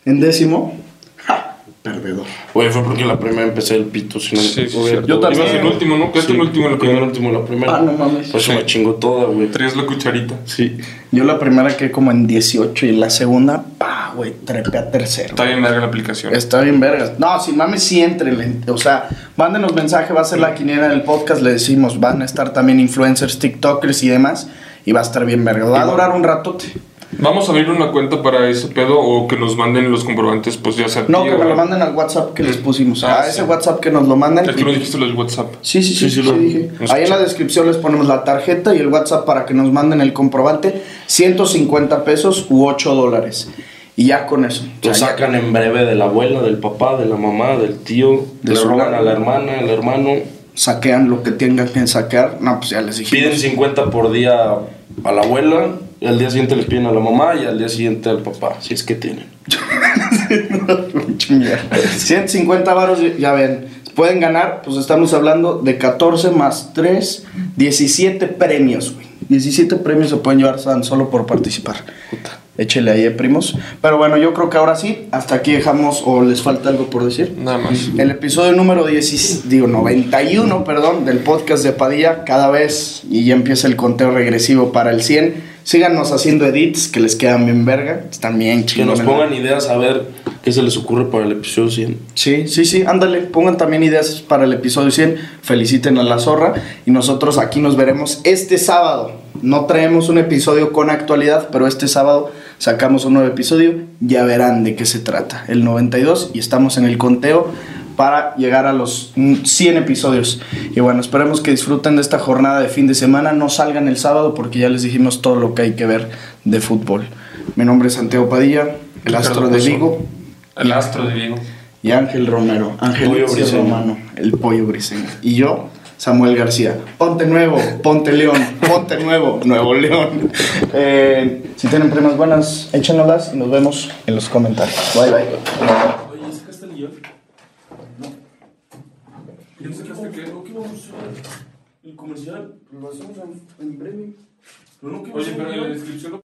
Speaker 1: ¿En décimo? Ja, perdedor.
Speaker 2: Oye, fue porque la primera empecé el pito. Si no,
Speaker 3: Sí, sí,
Speaker 2: hubiera-
Speaker 3: sí. Yo también.
Speaker 2: Ibas en último, ¿no? Quedaste
Speaker 3: Sí.
Speaker 2: en último, la primera. último, la primera.
Speaker 1: Ah, no mames.
Speaker 2: Por eso
Speaker 3: Sí.
Speaker 2: me chingó toda, güey.
Speaker 3: Traías la cucharita.
Speaker 2: Sí.
Speaker 1: Yo la primera quedé como en 18 y la segunda, pa, güey, trepé a tercero.
Speaker 3: Está bien larga la aplicación.
Speaker 1: Está bien, vergas. No, si mames, sí entren. O sea, mándenos mensaje, va a ser la quiniela del podcast. Le decimos, van a estar también influencers, TikTokers y demás. Y va a estar bien, verga. Va a durar un ratote.
Speaker 3: Vamos a abrir una cuenta para ese pedo o que nos manden los comprobantes, pues ya sea. a
Speaker 1: No,
Speaker 3: ti,
Speaker 1: que me
Speaker 3: güey.
Speaker 1: lo manden al WhatsApp que les pusimos.
Speaker 3: Ah,
Speaker 1: a
Speaker 3: sí.
Speaker 1: ese WhatsApp que nos lo manden.
Speaker 3: Es que no dijiste los WhatsApp.
Speaker 1: Sí, sí, sí,
Speaker 2: Sí, sí,
Speaker 1: sí,
Speaker 2: lo-
Speaker 1: dije.
Speaker 2: lo
Speaker 1: Ahí en la
Speaker 2: escuché.
Speaker 1: descripción les ponemos la tarjeta y el WhatsApp para que nos manden el comprobante. 150 pesos u 8 dólares. Y ya con eso. O
Speaker 2: Lo
Speaker 1: sea, ya-
Speaker 2: sacan en breve de la abuela, del papá, de la mamá, del tío.
Speaker 1: De
Speaker 2: le
Speaker 1: su
Speaker 2: roban
Speaker 1: lado.
Speaker 2: a la hermana, al hermano.
Speaker 1: saquean lo que tengan que saquear. No, pues ya les dije.
Speaker 2: Piden 50 por día a la abuela, y al día siguiente le piden a la mamá y al día siguiente al papá, si es que tienen.
Speaker 1: 150 varos, ya ven. Pueden ganar, pues estamos hablando de 14 más 3, 17 premios, güey. 17 premios se pueden llevar tan solo por participar. Échele ahí, eh, primos. Pero bueno, yo creo que ahora sí, hasta aquí dejamos o les falta algo por decir.
Speaker 3: Nada más.
Speaker 1: El episodio número 10, digo, 91, perdón, del podcast de Padilla, cada vez, y ya empieza el conteo regresivo para el 100. Síganos haciendo edits que les quedan bien verga, están bien
Speaker 2: Que
Speaker 1: chingones.
Speaker 2: nos pongan ideas a ver qué se les ocurre para el episodio 100.
Speaker 1: Sí, sí, sí, ándale, pongan también ideas para el episodio 100, feliciten a la zorra y nosotros aquí nos veremos este sábado. No traemos un episodio con actualidad, pero este sábado sacamos un nuevo episodio, ya verán de qué se trata, el 92 y estamos en el conteo para llegar a los mm, 100 episodios. Y bueno, esperemos que disfruten de esta jornada de fin de semana, no salgan el sábado porque ya les dijimos todo lo que hay que ver de fútbol. Mi nombre es Santiago Padilla, el
Speaker 3: Ricardo
Speaker 1: astro de
Speaker 3: Pozo.
Speaker 1: Vigo.
Speaker 3: El astro de Diego.
Speaker 1: Y Ángel Romero, Ángel
Speaker 2: Pollo
Speaker 1: Lucio
Speaker 2: Briseño.
Speaker 1: Romano, el pollo briseño. Y yo, Samuel García. Ponte nuevo, ponte león, ponte nuevo, nuevo león. Eh, si tienen primas buenas, échenlas y nos vemos en los comentarios. Bye bye.
Speaker 2: El comercial lo hacemos en breve.
Speaker 3: Oye, pero en la descripción